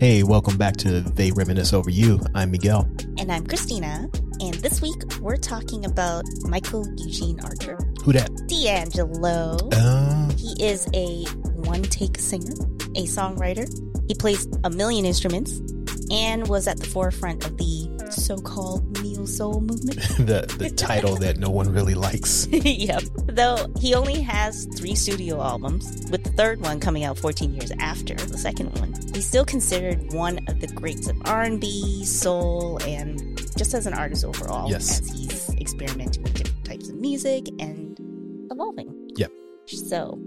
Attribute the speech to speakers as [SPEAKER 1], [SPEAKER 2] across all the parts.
[SPEAKER 1] Hey, welcome back to They Reminisce Over You. I'm Miguel.
[SPEAKER 2] And I'm Christina. And this week we're talking about Michael Eugene Archer
[SPEAKER 1] Who dat?
[SPEAKER 2] D'Angelo.
[SPEAKER 1] Uh,
[SPEAKER 2] He is a one take singer, a songwriter. He plays a million instruments and was at the forefront of the so called neo soul movement.
[SPEAKER 1] the, the title that no one really likes.
[SPEAKER 2] yep. Though he only has three studio albums, with the third one coming out 14 years after the second one. He's still considered one of the greats of R&B, soul, and just as an artist overall,
[SPEAKER 1] Yes.
[SPEAKER 2] as he's experimenting with different types of music and evolving.
[SPEAKER 1] Yep.
[SPEAKER 2] So,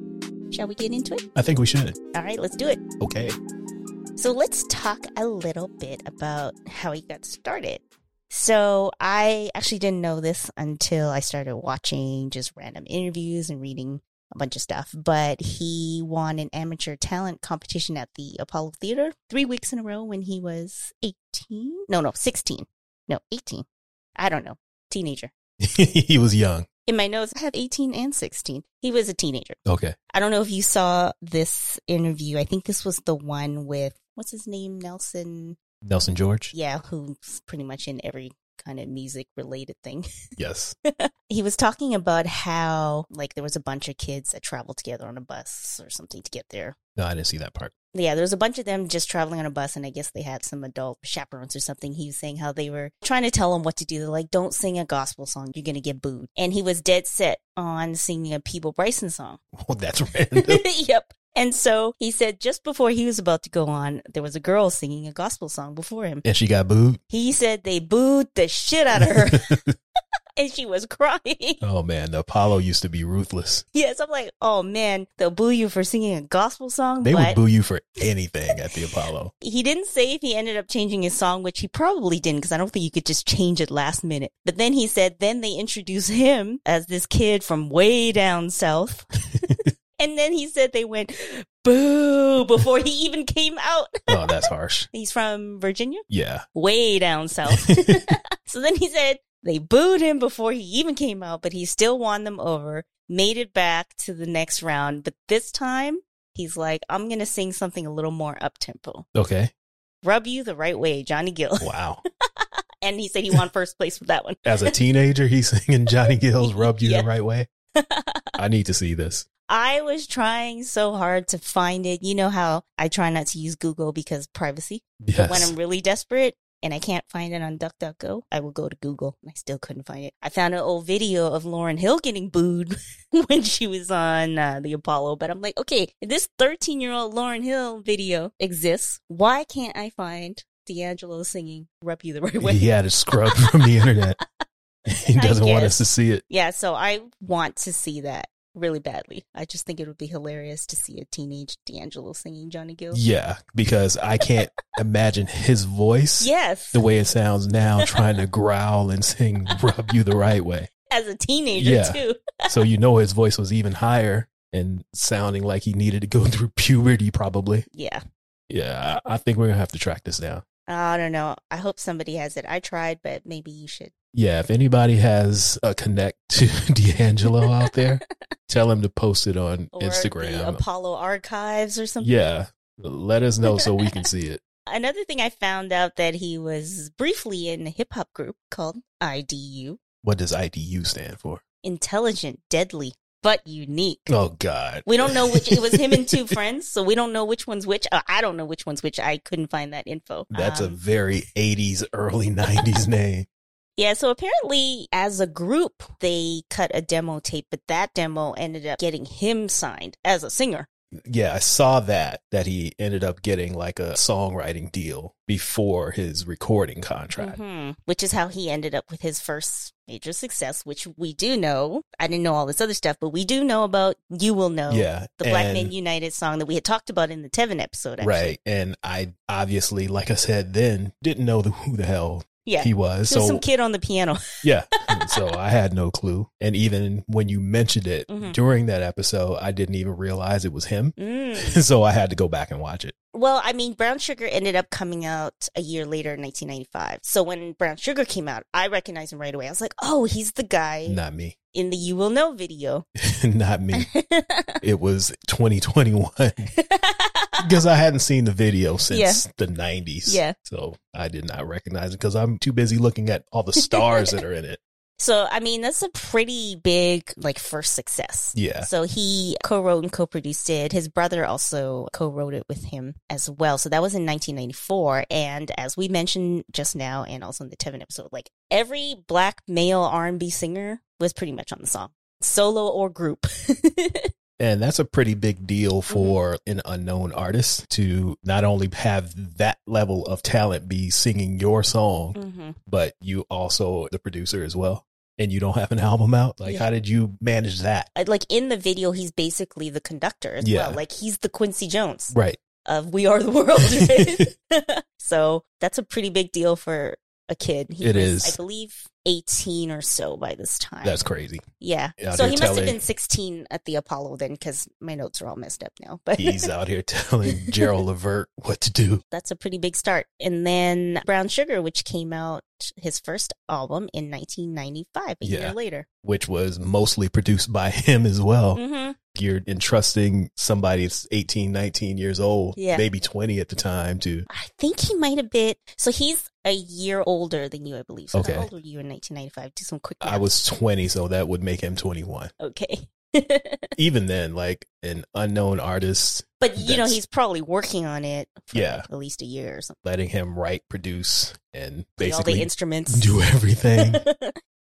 [SPEAKER 2] shall we get into it?
[SPEAKER 1] I think we should.
[SPEAKER 2] All right, let's do it.
[SPEAKER 1] Okay.
[SPEAKER 2] So let's talk a little bit about how he got started. So I actually didn't know this until I started watching just random interviews and reading a bunch of stuff. But he won an amateur talent competition at the Apollo Theater three weeks in a row when he was 18. No, no, 16. No, 18. I don't know. Teenager.
[SPEAKER 1] he was young.
[SPEAKER 2] In my notes, I have 18 and 16. He was a teenager.
[SPEAKER 1] Okay.
[SPEAKER 2] I don't know if you saw this interview. I think this was the one with what's his name, Nelson.
[SPEAKER 1] Nelson George?
[SPEAKER 2] Yeah, who's pretty much in every kind of music related thing.
[SPEAKER 1] Yes.
[SPEAKER 2] He was talking about how like there was a bunch of kids that traveled together on a bus or something to get there.
[SPEAKER 1] No, I didn't see that part.
[SPEAKER 2] Yeah, there was a bunch of them just traveling on a bus, and I guess they had some adult chaperones or something. He was saying how they were trying to tell him what to do. They're like, "Don't sing a gospel song; you're gonna get booed." And he was dead set on singing a Peeble Bryson song.
[SPEAKER 1] Well, Oh, that's random.
[SPEAKER 2] yep. And so he said just before he was about to go on, there was a girl singing a gospel song before him.
[SPEAKER 1] and she got booed?
[SPEAKER 2] He said they booed the shit out of her and she was crying.
[SPEAKER 1] oh, man. The Apollo used to be ruthless.
[SPEAKER 2] yes, I'm like, oh man, they'll boo you for singing a gospel song.
[SPEAKER 1] They would
[SPEAKER 2] but
[SPEAKER 1] boo you for anything at the Apollo.
[SPEAKER 2] he didn't say if he ended up changing his song, which he probably didn't because I don't think you could just change it last minute. But then he said, then they introduced him as this kid from way down south. and then he said they went boo before he even came out.
[SPEAKER 1] Oh, that's harsh.
[SPEAKER 2] He's from Virginia,
[SPEAKER 1] Yeah.
[SPEAKER 2] way down south. so then he said they booed him before he even came out, but he still won them over, made it back to the next round. But this time, he's like, I'm going to sing something a little more up tempo.
[SPEAKER 1] okay.
[SPEAKER 2] Rub You the Right Way, Johnny Gill.
[SPEAKER 1] Wow.
[SPEAKER 2] And he said he won first place with that one.
[SPEAKER 1] As a teenager, he's singing Johnny Gill's Rub You
[SPEAKER 2] Yeah.
[SPEAKER 1] the Right Way. I need to see this.
[SPEAKER 2] I was trying so hard to find it. You know how I try not to use Google because privacy.
[SPEAKER 1] Yes.
[SPEAKER 2] When I'm really desperate and I can't find it on DuckDuckGo, I will go to Google. I still couldn't find it. I found an old video of Lauren Hill getting booed when she was on uh, the Apollo, but I'm like, okay, if this 13 year old Lauren Hill video exists, why can't I find D'Angelo singing Rub You the Right Way?
[SPEAKER 1] He had it scrubbed from the internet. He
[SPEAKER 2] I
[SPEAKER 1] doesn't want
[SPEAKER 2] guess.
[SPEAKER 1] us to see it.
[SPEAKER 2] Yeah, so I want to see that really badly. I just think it would be hilarious to see a teenage D'Angelo singing Johnny Gill.
[SPEAKER 1] Yeah, because I can't imagine his voice
[SPEAKER 2] Yes,
[SPEAKER 1] the way it sounds now, trying to growl and sing "Rub You the Right Way."
[SPEAKER 2] as a teenager
[SPEAKER 1] Yeah.
[SPEAKER 2] too.
[SPEAKER 1] So you know his voice was even higher and sounding like he needed to go through puberty, probably.
[SPEAKER 2] Yeah.
[SPEAKER 1] Yeah, I I think we're gonna have to track this down.
[SPEAKER 2] I don't know. I hope somebody has it. I tried, but maybe you should.
[SPEAKER 1] Yeah, if anybody has a connect to D'Angelo out there, tell him to post it on
[SPEAKER 2] Or the
[SPEAKER 1] Instagram.
[SPEAKER 2] Apollo archives or something.
[SPEAKER 1] Yeah, let us know so we can see it.
[SPEAKER 2] Another thing I found out that he was briefly in a hip hop group called IDU,
[SPEAKER 1] What does IDU stand for?
[SPEAKER 2] Intelligent, Deadly, but Unique.
[SPEAKER 1] Oh God,
[SPEAKER 2] We don't know which it was him and two friends, so we don't know which one's which. Uh, I don't know which one's which. I couldn't find that info.
[SPEAKER 1] That's a
[SPEAKER 2] Um,
[SPEAKER 1] very '80s, early '90s name.
[SPEAKER 2] yeah. So apparently, as a group, they cut a demo tape, but that demo ended up getting him signed as a singer.
[SPEAKER 1] Yeah, I saw that that he ended up getting like a songwriting deal before his recording contract.
[SPEAKER 2] Mhm. Which is how he ended up with his first major success, which we do know. I didn't know all this other stuff, but we do know about You Will Know,
[SPEAKER 1] Yeah,
[SPEAKER 2] Oh, the Black
[SPEAKER 1] and-
[SPEAKER 2] Men United song that we had talked about in the Tevin episode. Actually.
[SPEAKER 1] Right, and I obviously, like I said, then didn't know the, who the hell
[SPEAKER 2] Yeah.
[SPEAKER 1] he was.
[SPEAKER 2] There
[SPEAKER 1] So
[SPEAKER 2] was some kid on the piano.
[SPEAKER 1] yeah, so I had no clue. And even when you mentioned it
[SPEAKER 2] Mhm.
[SPEAKER 1] during that episode, I didn't even realize it was him.
[SPEAKER 2] Mm.
[SPEAKER 1] so I had to go back and watch it.
[SPEAKER 2] Well, I mean, Brown Sugar ended up coming out a year later in 1995. So when Brown Sugar came out, I recognized him right away. I was like, oh, he's the guy
[SPEAKER 1] Not me,
[SPEAKER 2] in the You Will Know video.
[SPEAKER 1] not me. it was 2021. because I hadn't seen the video since
[SPEAKER 2] Yeah.
[SPEAKER 1] the 90s.
[SPEAKER 2] Yeah.
[SPEAKER 1] So I did not recognize it because I'm too busy looking at all the stars that are in it.
[SPEAKER 2] So, I mean, that's a pretty big, like, first success.
[SPEAKER 1] Yeah.
[SPEAKER 2] So he co-wrote and co-produced it. His brother also co-wrote it with him as well. So that was in 1994. And as we mentioned just now, and also in the Tevin episode, like every black male R&B singer was pretty much on the song, solo or group.
[SPEAKER 1] And that's a pretty big deal for an unknown artist to not only have that level of talent be singing your song,
[SPEAKER 2] Mhm.
[SPEAKER 1] but you also the producer as well. And you don't have an album out. Like,
[SPEAKER 2] Yeah.
[SPEAKER 1] how did you manage that?
[SPEAKER 2] Uh, Like in the video, he's basically the conductor as
[SPEAKER 1] Yeah.
[SPEAKER 2] well. Like he's the Quincy Jones
[SPEAKER 1] Right.
[SPEAKER 2] of We Are the World. right? so that's a pretty big deal for a kid. He
[SPEAKER 1] It
[SPEAKER 2] was,
[SPEAKER 1] is.
[SPEAKER 2] I believe, 18 or so by this time.
[SPEAKER 1] That's crazy.
[SPEAKER 2] Yeah.
[SPEAKER 1] Yeah,
[SPEAKER 2] so
[SPEAKER 1] they're
[SPEAKER 2] he must have
[SPEAKER 1] telling-
[SPEAKER 2] been 16 at the Apollo then, because my notes are all messed up now. But
[SPEAKER 1] He's out here telling Gerald Levert what to do.
[SPEAKER 2] that's a pretty big start. And then Brown Sugar, which came out his first album in 1995, a
[SPEAKER 1] Yeah.
[SPEAKER 2] year later.
[SPEAKER 1] which was mostly produced by him as well.
[SPEAKER 2] hmm
[SPEAKER 1] You're entrusting somebody that's 18, 19 years old,
[SPEAKER 2] Yeah.
[SPEAKER 1] maybe 20 at the time to,
[SPEAKER 2] I think he might have been. So he's a year older than you, I believe. So
[SPEAKER 1] Okay.
[SPEAKER 2] how old were you in 1995? Do some quick math.
[SPEAKER 1] I was 20, so that would make him 21.
[SPEAKER 2] Okay.
[SPEAKER 1] Even then, like an unknown artist,
[SPEAKER 2] but, you know,
[SPEAKER 1] That's-
[SPEAKER 2] he's probably working on it for
[SPEAKER 1] Yeah.
[SPEAKER 2] like, at least a year or something.
[SPEAKER 1] letting him write, produce, and
[SPEAKER 2] Play all the
[SPEAKER 1] basically
[SPEAKER 2] instruments.
[SPEAKER 1] do everything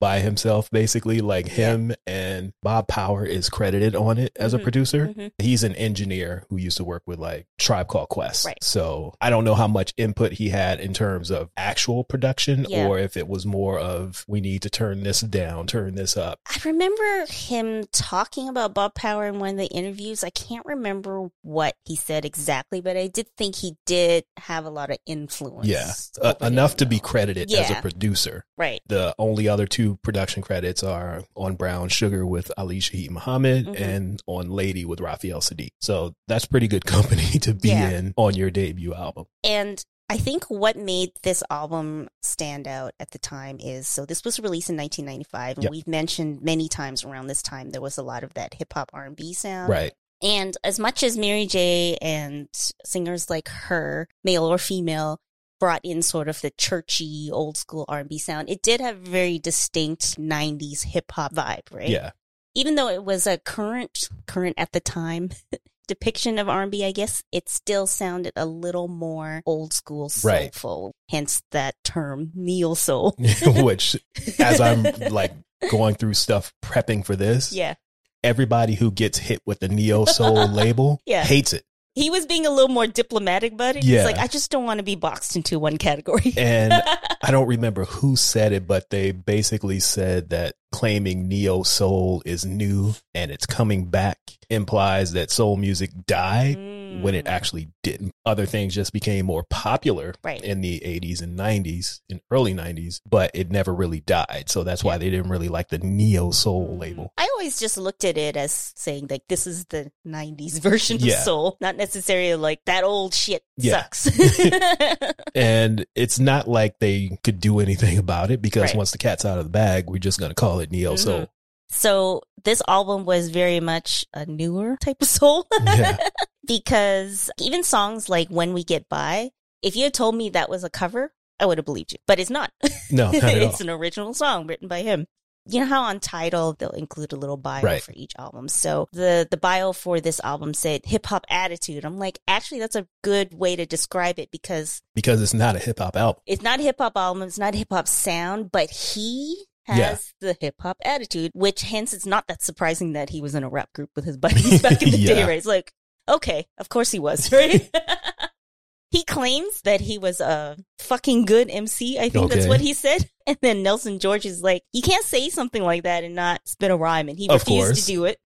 [SPEAKER 1] by himself, basically. Like him and Bob Power is credited on it as a
[SPEAKER 2] Mhm.
[SPEAKER 1] producer.
[SPEAKER 2] Mhm.
[SPEAKER 1] He's an engineer who used to work with like Tribe Called Quest.
[SPEAKER 2] Right.
[SPEAKER 1] So I don't know how much input he had in terms of actual production
[SPEAKER 2] Yeah.
[SPEAKER 1] or if it was more of we need to turn this down, turn this up.
[SPEAKER 2] I remember him talking about Bob Power in one of the interviews. I can't remember what he said exactly, but I did think he did have a lot of influence.
[SPEAKER 1] Yeah. Uh,
[SPEAKER 2] over
[SPEAKER 1] enough
[SPEAKER 2] him,
[SPEAKER 1] to be
[SPEAKER 2] though.
[SPEAKER 1] credited as a
[SPEAKER 2] Yeah.
[SPEAKER 1] producer.
[SPEAKER 2] right.
[SPEAKER 1] The only other two production credits are on Brown Sugar with Ali Shaheed Muhammad
[SPEAKER 2] Mhm.
[SPEAKER 1] and on Lady with Raphael Sadiq. So that's pretty good company to be
[SPEAKER 2] Yeah.
[SPEAKER 1] in on your debut album.
[SPEAKER 2] And I think what made this album stand out at the time is so this was released in 1995, and
[SPEAKER 1] Yep.
[SPEAKER 2] we've mentioned many times around this time there was a lot of that hip hop R and B sound,
[SPEAKER 1] Right.
[SPEAKER 2] And as much as Mary J and singers like her, male or female, brought in sort of the churchy old school R&B sound, it did have very distinct 90s hip hop vibe, right?
[SPEAKER 1] Yeah.
[SPEAKER 2] Even though it was a current current at the time depiction of R&B, I guess, it still sounded a little more old school
[SPEAKER 1] Right.
[SPEAKER 2] soulful, hence that term neo soul.
[SPEAKER 1] Which as I'm like going through stuff prepping for this,
[SPEAKER 2] yeah.
[SPEAKER 1] everybody who gets hit with the neo soul label
[SPEAKER 2] Yeah.
[SPEAKER 1] hates it.
[SPEAKER 2] He was being a little more diplomatic about it.
[SPEAKER 1] Yeah.
[SPEAKER 2] He's like, I just don't want to be boxed into one category.
[SPEAKER 1] And I don't remember who said it, but they basically said that claiming neo soul is new and it's coming back implies that soul music died when it
[SPEAKER 2] Mm.
[SPEAKER 1] actually didn't. Other things just became more popular
[SPEAKER 2] Right.
[SPEAKER 1] in the 80s and 90s and early 90s, but it never really died. So that's why they didn't really like the neo soul label.
[SPEAKER 2] Mm. I always just looked at it as saying like this is the '90s version
[SPEAKER 1] Yeah.
[SPEAKER 2] of soul, not necessarily like that old shit
[SPEAKER 1] Yeah.
[SPEAKER 2] sucks.
[SPEAKER 1] And it's not like they could do anything about it because
[SPEAKER 2] Right.
[SPEAKER 1] once the cat's out of the bag, we're just going to call it neo soul.
[SPEAKER 2] so this album was very much a newer type of soul
[SPEAKER 1] Yeah.
[SPEAKER 2] because even songs like "When We Get By," if you had told me that was a cover, I would have believed you, but it's not.
[SPEAKER 1] No, not at all.
[SPEAKER 2] it's an original song written by him. You know how on title they'll include a little bio
[SPEAKER 1] Right.
[SPEAKER 2] for each album. So the the bio for this album said hip hop attitude. I'm like, actually, that's a good way to describe it because
[SPEAKER 1] Because it's not a hip hop album.
[SPEAKER 2] it's not a hip hop album, it's not a hip hop sound, but he has
[SPEAKER 1] Yeah.
[SPEAKER 2] the hip hop attitude, which hence it's not that surprising that he was in a rap group with his buddies back in the day,
[SPEAKER 1] Yeah.
[SPEAKER 2] right? It's like, okay, of course he was, right? he claims that he was a fucking good MC. I think that's
[SPEAKER 1] Okay.
[SPEAKER 2] what he said. And then Nelson George is like, you can't say something like that and not spit a rhyme. And he
[SPEAKER 1] Of
[SPEAKER 2] refused
[SPEAKER 1] course.
[SPEAKER 2] to do it.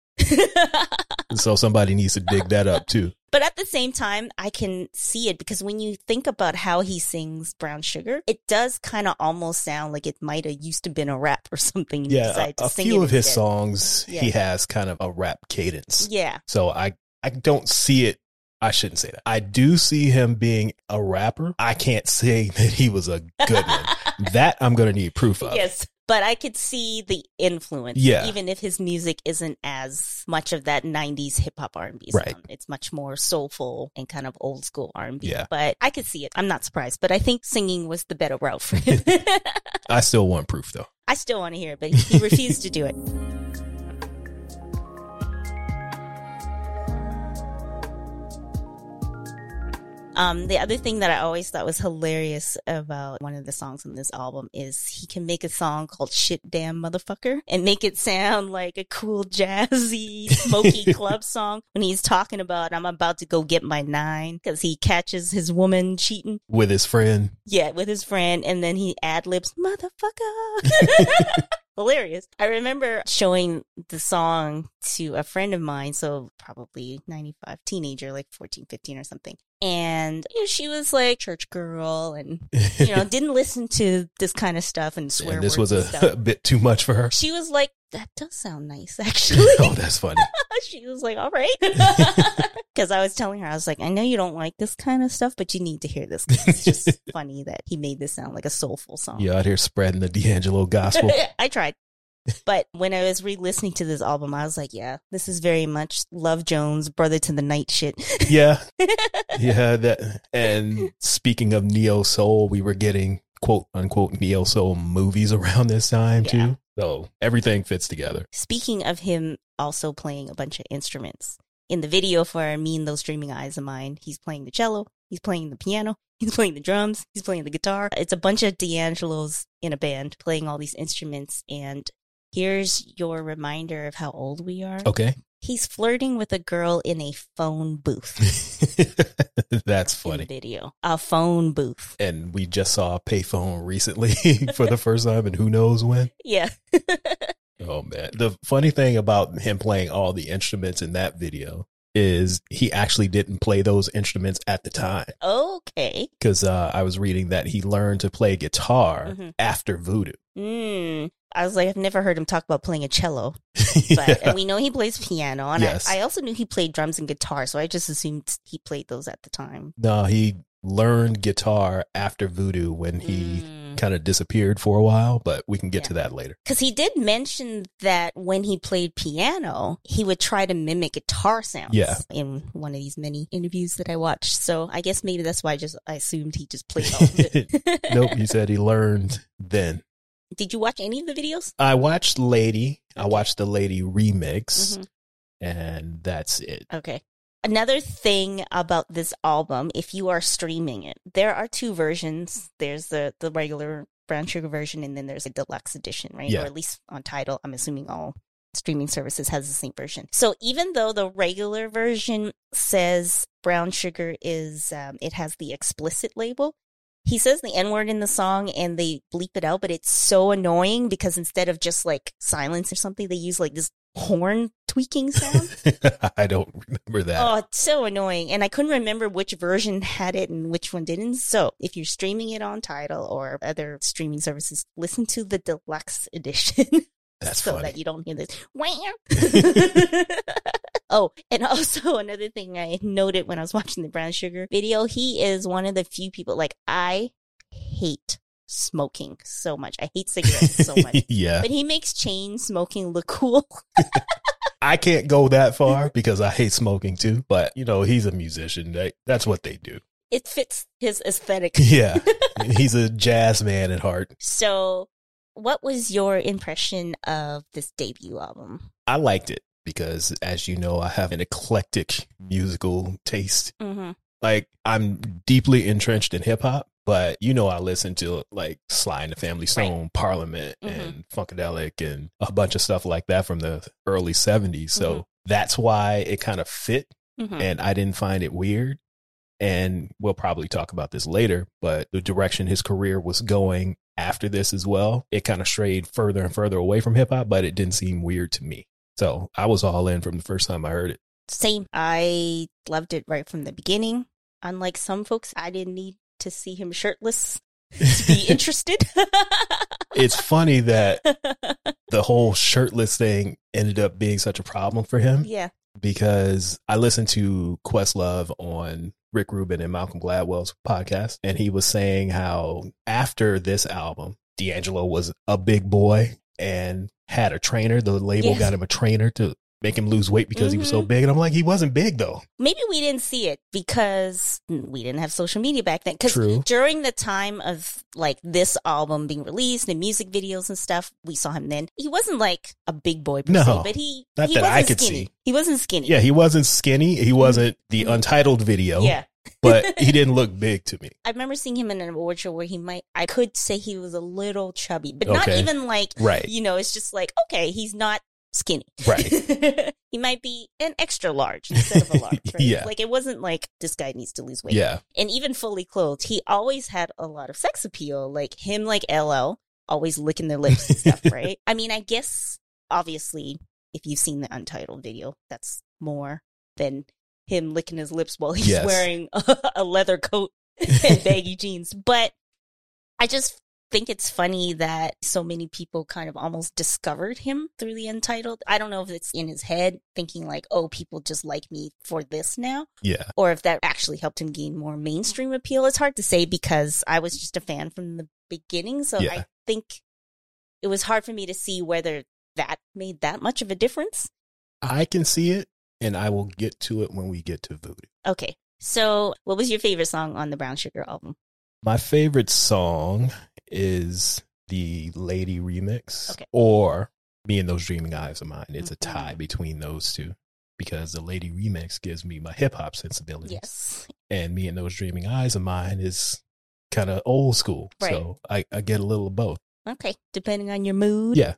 [SPEAKER 1] So somebody needs to dig that up too.
[SPEAKER 2] But at the same time, I can see it because when you think about how he sings Brown Sugar, it does kind of almost sound like it might have used to been a rap or something. and he
[SPEAKER 1] Yeah,
[SPEAKER 2] decided
[SPEAKER 1] a,
[SPEAKER 2] to
[SPEAKER 1] a
[SPEAKER 2] sing
[SPEAKER 1] few
[SPEAKER 2] it
[SPEAKER 1] of his
[SPEAKER 2] instead.
[SPEAKER 1] songs he
[SPEAKER 2] Yeah. Mm-hmm.
[SPEAKER 1] has kind of a rap cadence.
[SPEAKER 2] Yeah.
[SPEAKER 1] So I I don't see it. I shouldn't say that. I do see him being a rapper. I can't say that he was a good one. that I'm gonna need proof of.
[SPEAKER 2] Yes. but I could see the influence.
[SPEAKER 1] Yeah.
[SPEAKER 2] Even if his music isn't as much of that 90s hip hop R&B
[SPEAKER 1] Right.
[SPEAKER 2] sound. It's much more soulful and kind of old school R&B.
[SPEAKER 1] Yeah.
[SPEAKER 2] But I could see it. I'm not surprised, but I think singing was the better route for him.
[SPEAKER 1] I still want proof though.
[SPEAKER 2] I still want to hear it, but he refused to do it. Um, the other thing that I always thought was hilarious about one of the songs on this album is he can make a song called Shit Damn Motherfucker and make it sound like a cool, jazzy, smoky club song when he's talking about, I'm about to go get my nine because he catches his woman cheating.
[SPEAKER 1] With his friend.
[SPEAKER 2] Yeah, with his friend, and then he ad libs, motherfucker. Hilarious. I remember showing the song to a friend of mine, so probably 95, teenager, like 14, 15 or something. And you know, she was like church girl and, you know, didn't listen to this kind of stuff and swear
[SPEAKER 1] and this
[SPEAKER 2] words
[SPEAKER 1] was
[SPEAKER 2] and
[SPEAKER 1] a,
[SPEAKER 2] stuff.
[SPEAKER 1] a bit too much for her.
[SPEAKER 2] She was like, that does sound nice, actually.
[SPEAKER 1] oh, that's funny.
[SPEAKER 2] she was like, all right. Because I was telling her, I was like, I know you don't like this kind of stuff, but you need to hear this. 'cause It's just funny that he made this sound like a soulful song.
[SPEAKER 1] You out here spreading the D'Angelo gospel.
[SPEAKER 2] I tried. But when I was re listening to this album, I was like, yeah, this is very much Love Jones, brother to the night shit.
[SPEAKER 1] yeah. Yeah. That and speaking of neo soul, we were getting quote unquote neo soul movies around this time
[SPEAKER 2] Yeah.
[SPEAKER 1] too. So everything fits together.
[SPEAKER 2] Speaking of him also playing a bunch of instruments, in the video for Me and Those Dreaming Eyes of Mine, he's playing the cello, he's playing the piano, he's playing the drums, he's playing the guitar. It's a bunch of D'Angelo's in a band playing all these instruments. And here's your reminder of how old we are.
[SPEAKER 1] Okay.
[SPEAKER 2] He's flirting with a girl in a phone booth.
[SPEAKER 1] that's
[SPEAKER 2] In
[SPEAKER 1] funny.
[SPEAKER 2] the video. A phone booth.
[SPEAKER 1] And we just saw a payphone recently for the first time and who knows when.
[SPEAKER 2] Yeah.
[SPEAKER 1] Oh man. The funny thing about him playing all the instruments in that video is he actually didn't play those instruments at the time.
[SPEAKER 2] okay.
[SPEAKER 1] because uh, I was reading that he learned to play guitar
[SPEAKER 2] Mhm.
[SPEAKER 1] after voodoo.
[SPEAKER 2] Mm. I was like, I've never heard him talk about playing a cello, but
[SPEAKER 1] Yeah.
[SPEAKER 2] and we know he plays piano, and
[SPEAKER 1] Yes.
[SPEAKER 2] I, I also knew he played drums and guitar, so I just assumed he played those at the time.
[SPEAKER 1] No, he learned guitar after voodoo when he
[SPEAKER 2] Mm.
[SPEAKER 1] kind of disappeared for a while, but we can get
[SPEAKER 2] Yeah.
[SPEAKER 1] to that later.
[SPEAKER 2] Because he did mention that when he played piano, he would try to mimic guitar sounds.
[SPEAKER 1] Yeah.
[SPEAKER 2] In one of these many interviews that I watched, so I guess maybe that's why I just I assumed he just played. All of it.
[SPEAKER 1] nope, he said he learned then.
[SPEAKER 2] Did you watch any of the videos?
[SPEAKER 1] I watched Lady. I watched the Lady remix,
[SPEAKER 2] Mhm.
[SPEAKER 1] and that's it.
[SPEAKER 2] Okay. Another thing about this album, if you are streaming it, there are two versions. There's the the regular brown sugar version, and then there's a deluxe edition, right?
[SPEAKER 1] Yeah.
[SPEAKER 2] Or at least on title. I'm assuming all streaming services has the same version. So even though the regular version says brown sugar is, um, it has the explicit label. He says the N word in the song and they bleep it out, but it's so annoying because instead of just like silence or something, they use like this horn tweaking sound.
[SPEAKER 1] I don't remember that.
[SPEAKER 2] Oh, it's so annoying. And I couldn't remember which version had it and which one didn't. So if you're streaming it on Tidal or other streaming services, listen to the deluxe edition
[SPEAKER 1] that's
[SPEAKER 2] so
[SPEAKER 1] funny.
[SPEAKER 2] that you don't hear this. Wham! oh, and also another thing I noted when I was watching the Brown Sugar video, he is one of the few people, like, I hate smoking so much. I hate cigarettes so much.
[SPEAKER 1] yeah,
[SPEAKER 2] But he makes chain smoking look cool.
[SPEAKER 1] I can't go that far because I hate smoking too. But you know, he's a musician. They, that's what they do.
[SPEAKER 2] It fits his aesthetic.
[SPEAKER 1] Yeah. He's a jazz man at heart.
[SPEAKER 2] So, what was your impression of this debut album?
[SPEAKER 1] I liked it because, as you know, I have an eclectic musical taste.
[SPEAKER 2] Mm-hmm.
[SPEAKER 1] Like, I'm deeply entrenched in hip hop, but you know, I listen to like Sly and the Family Stone, Parliament,
[SPEAKER 2] Mhm.
[SPEAKER 1] and Funkadelic, and a bunch of stuff like that from the early 70s. So that's why it kind of fit
[SPEAKER 2] Hmm.
[SPEAKER 1] and I didn't find it weird. And we'll probably talk about this later, but the direction his career was going after this as well, it kind of strayed further and further away from hip hop, but it didn't seem weird to me. So I was all in from the first time I heard it.
[SPEAKER 2] Same. I loved it right from the beginning. Unlike some folks, I didn't need to see him shirtless to be interested.
[SPEAKER 1] it's funny that the whole shirtless thing ended up being such a problem for him
[SPEAKER 2] yeah.
[SPEAKER 1] because I listened to Questlove on Rick Rubin and Malcolm Gladwell's podcast, and he was saying how after this album, D'Angelo was a big boy and had a trainer. The label
[SPEAKER 2] Yes.
[SPEAKER 1] got him a trainer to make him lose weight because he was so
[SPEAKER 2] Mhm.
[SPEAKER 1] big. And I'm like, he wasn't big though.
[SPEAKER 2] Maybe we didn't see it because we didn't have social media back then. Because
[SPEAKER 1] True.
[SPEAKER 2] during the time of like this album being released and music videos and stuff, we saw him then. He wasn't like a big boy, per
[SPEAKER 1] No.
[SPEAKER 2] se, but he
[SPEAKER 1] Not
[SPEAKER 2] he
[SPEAKER 1] that I
[SPEAKER 2] wasn't
[SPEAKER 1] could
[SPEAKER 2] skinny.
[SPEAKER 1] see.
[SPEAKER 2] He wasn't skinny.
[SPEAKER 1] Yeah, he wasn't skinny. He wasn't the untitled video,
[SPEAKER 2] Mm-hmm. yeah.
[SPEAKER 1] but he didn't look big to me.
[SPEAKER 2] I remember seeing him in an award show where he might. I could say he was a little chubby, but not
[SPEAKER 1] Okay.
[SPEAKER 2] even like
[SPEAKER 1] Right.
[SPEAKER 2] you know. It's just like okay, he's not skinny.
[SPEAKER 1] Right.
[SPEAKER 2] he might be an extra large instead of a large. Right?
[SPEAKER 1] Yeah.
[SPEAKER 2] Like it wasn't like this guy needs to lose weight.
[SPEAKER 1] Yeah.
[SPEAKER 2] And even fully clothed, he always had a lot of sex appeal. Like him, like LL, always licking their lips and stuff. Right. I mean, I guess obviously, if you've seen the untitled video, that's more than him licking his lips while he's
[SPEAKER 1] Yes.
[SPEAKER 2] wearing a, leather coat and baggy jeans. But I just think it's funny that so many people kind of almost discovered him through the untitled. I don't know if it's in his head thinking like, oh, people just like me for this now,
[SPEAKER 1] Yeah.
[SPEAKER 2] or if that actually helped him gain more mainstream appeal. It's hard to say because I was just a fan from the beginning. So
[SPEAKER 1] Yeah.
[SPEAKER 2] I think it was hard for me to see whether that made that much of a difference.
[SPEAKER 1] I can see it and I will get to it when we get to voodoo.
[SPEAKER 2] Okay. So, what was your favorite song on the Brown Sugar album?
[SPEAKER 1] My favorite song is the Lady remix
[SPEAKER 2] Okay.
[SPEAKER 1] or Me and Those Dreaming Eyes of Mine. It's
[SPEAKER 2] Mhm.
[SPEAKER 1] a tie between those two because the Lady remix gives me my hip hop sensibilities.
[SPEAKER 2] Yes.
[SPEAKER 1] And Me and Those Dreaming Eyes of Mine is kind of old school.
[SPEAKER 2] Right.
[SPEAKER 1] So I, I get a little of both.
[SPEAKER 2] Okay. Depending on your mood.
[SPEAKER 1] Yeah.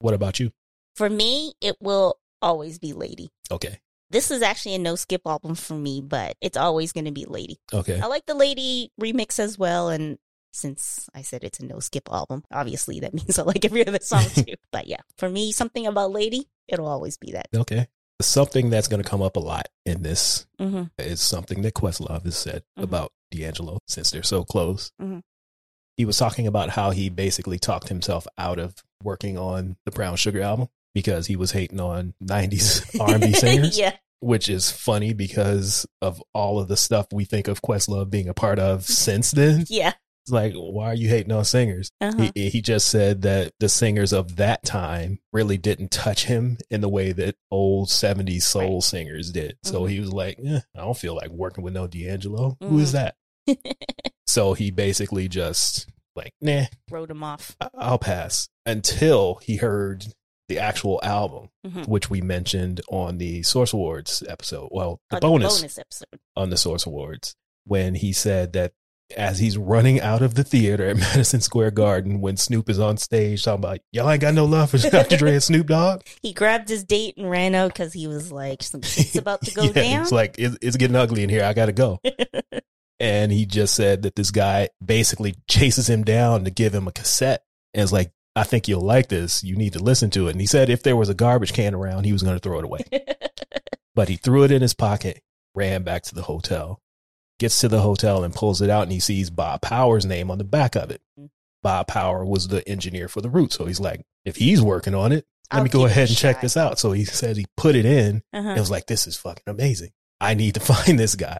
[SPEAKER 1] What about you?
[SPEAKER 2] For me, it will always be Lady.
[SPEAKER 1] Okay.
[SPEAKER 2] This is actually a no skip album for me, but it's always going to be Lady.
[SPEAKER 1] Okay.
[SPEAKER 2] I like the Lady remix as well. And since I said it's a no skip album, obviously that means I like every other song too. but yeah, for me, something about Lady, it'll always be that.
[SPEAKER 1] Okay. Something that's going to come up a lot in this
[SPEAKER 2] Mm-hmm.
[SPEAKER 1] is something that Questlove has said
[SPEAKER 2] Mhm.
[SPEAKER 1] about D'Angelo since they're so close.
[SPEAKER 2] Mhm.
[SPEAKER 1] He was talking about how he basically talked himself out of working on the Brown Sugar album because he was hating on 90s R&B singers,
[SPEAKER 2] yeah.
[SPEAKER 1] which is funny because of all of the stuff we think of Questlove being a part of since then.
[SPEAKER 2] Yeah.
[SPEAKER 1] It's like, why are you hating on singers?
[SPEAKER 2] Uh-huh.
[SPEAKER 1] He, he just said that the singers of that time really didn't touch him in the way that old 70s soul singers did. So
[SPEAKER 2] Mhm.
[SPEAKER 1] he was like, eh, I don't feel like working with no D'Angelo. Who is
[SPEAKER 2] Mhm.
[SPEAKER 1] that? so he basically just like, nah,
[SPEAKER 2] Wrote him off.
[SPEAKER 1] I- I'll pass until he heard the actual album,
[SPEAKER 2] Mhm.
[SPEAKER 1] which we mentioned on the Source Awards episode. Well, the
[SPEAKER 2] On
[SPEAKER 1] bonus
[SPEAKER 2] bonus episode.
[SPEAKER 1] on the Source Awards when he said that as he's running out of the theater at Madison Square Garden when Snoop is on stage talking about y'all ain't got no love for Dr. Dre and Snoop Dogg.
[SPEAKER 2] he grabbed his date and ran out because he was like, some shit's about to go
[SPEAKER 1] Yeah,
[SPEAKER 2] down.
[SPEAKER 1] It's like it's, it's getting ugly in here. I gotta go. and he just said that this guy basically chases him down to give him a cassette and is like, "I think you'll like this. You need to listen to it." And he said if there was a garbage can around, he was going to throw it away. but he threw it in his pocket, ran back to the hotel, gets to the hotel and pulls it out, and he sees Bob Power's name on the back of it.
[SPEAKER 2] Mhm.
[SPEAKER 1] Bob Power was the engineer for the route, so he's like, if he's working on it, let
[SPEAKER 2] I'll
[SPEAKER 1] me go
[SPEAKER 2] give it a
[SPEAKER 1] ahead and check
[SPEAKER 2] shot.
[SPEAKER 1] this out. So he said he put it in and
[SPEAKER 2] Uh-huh.
[SPEAKER 1] was like, this is fucking amazing. I need to find this guy.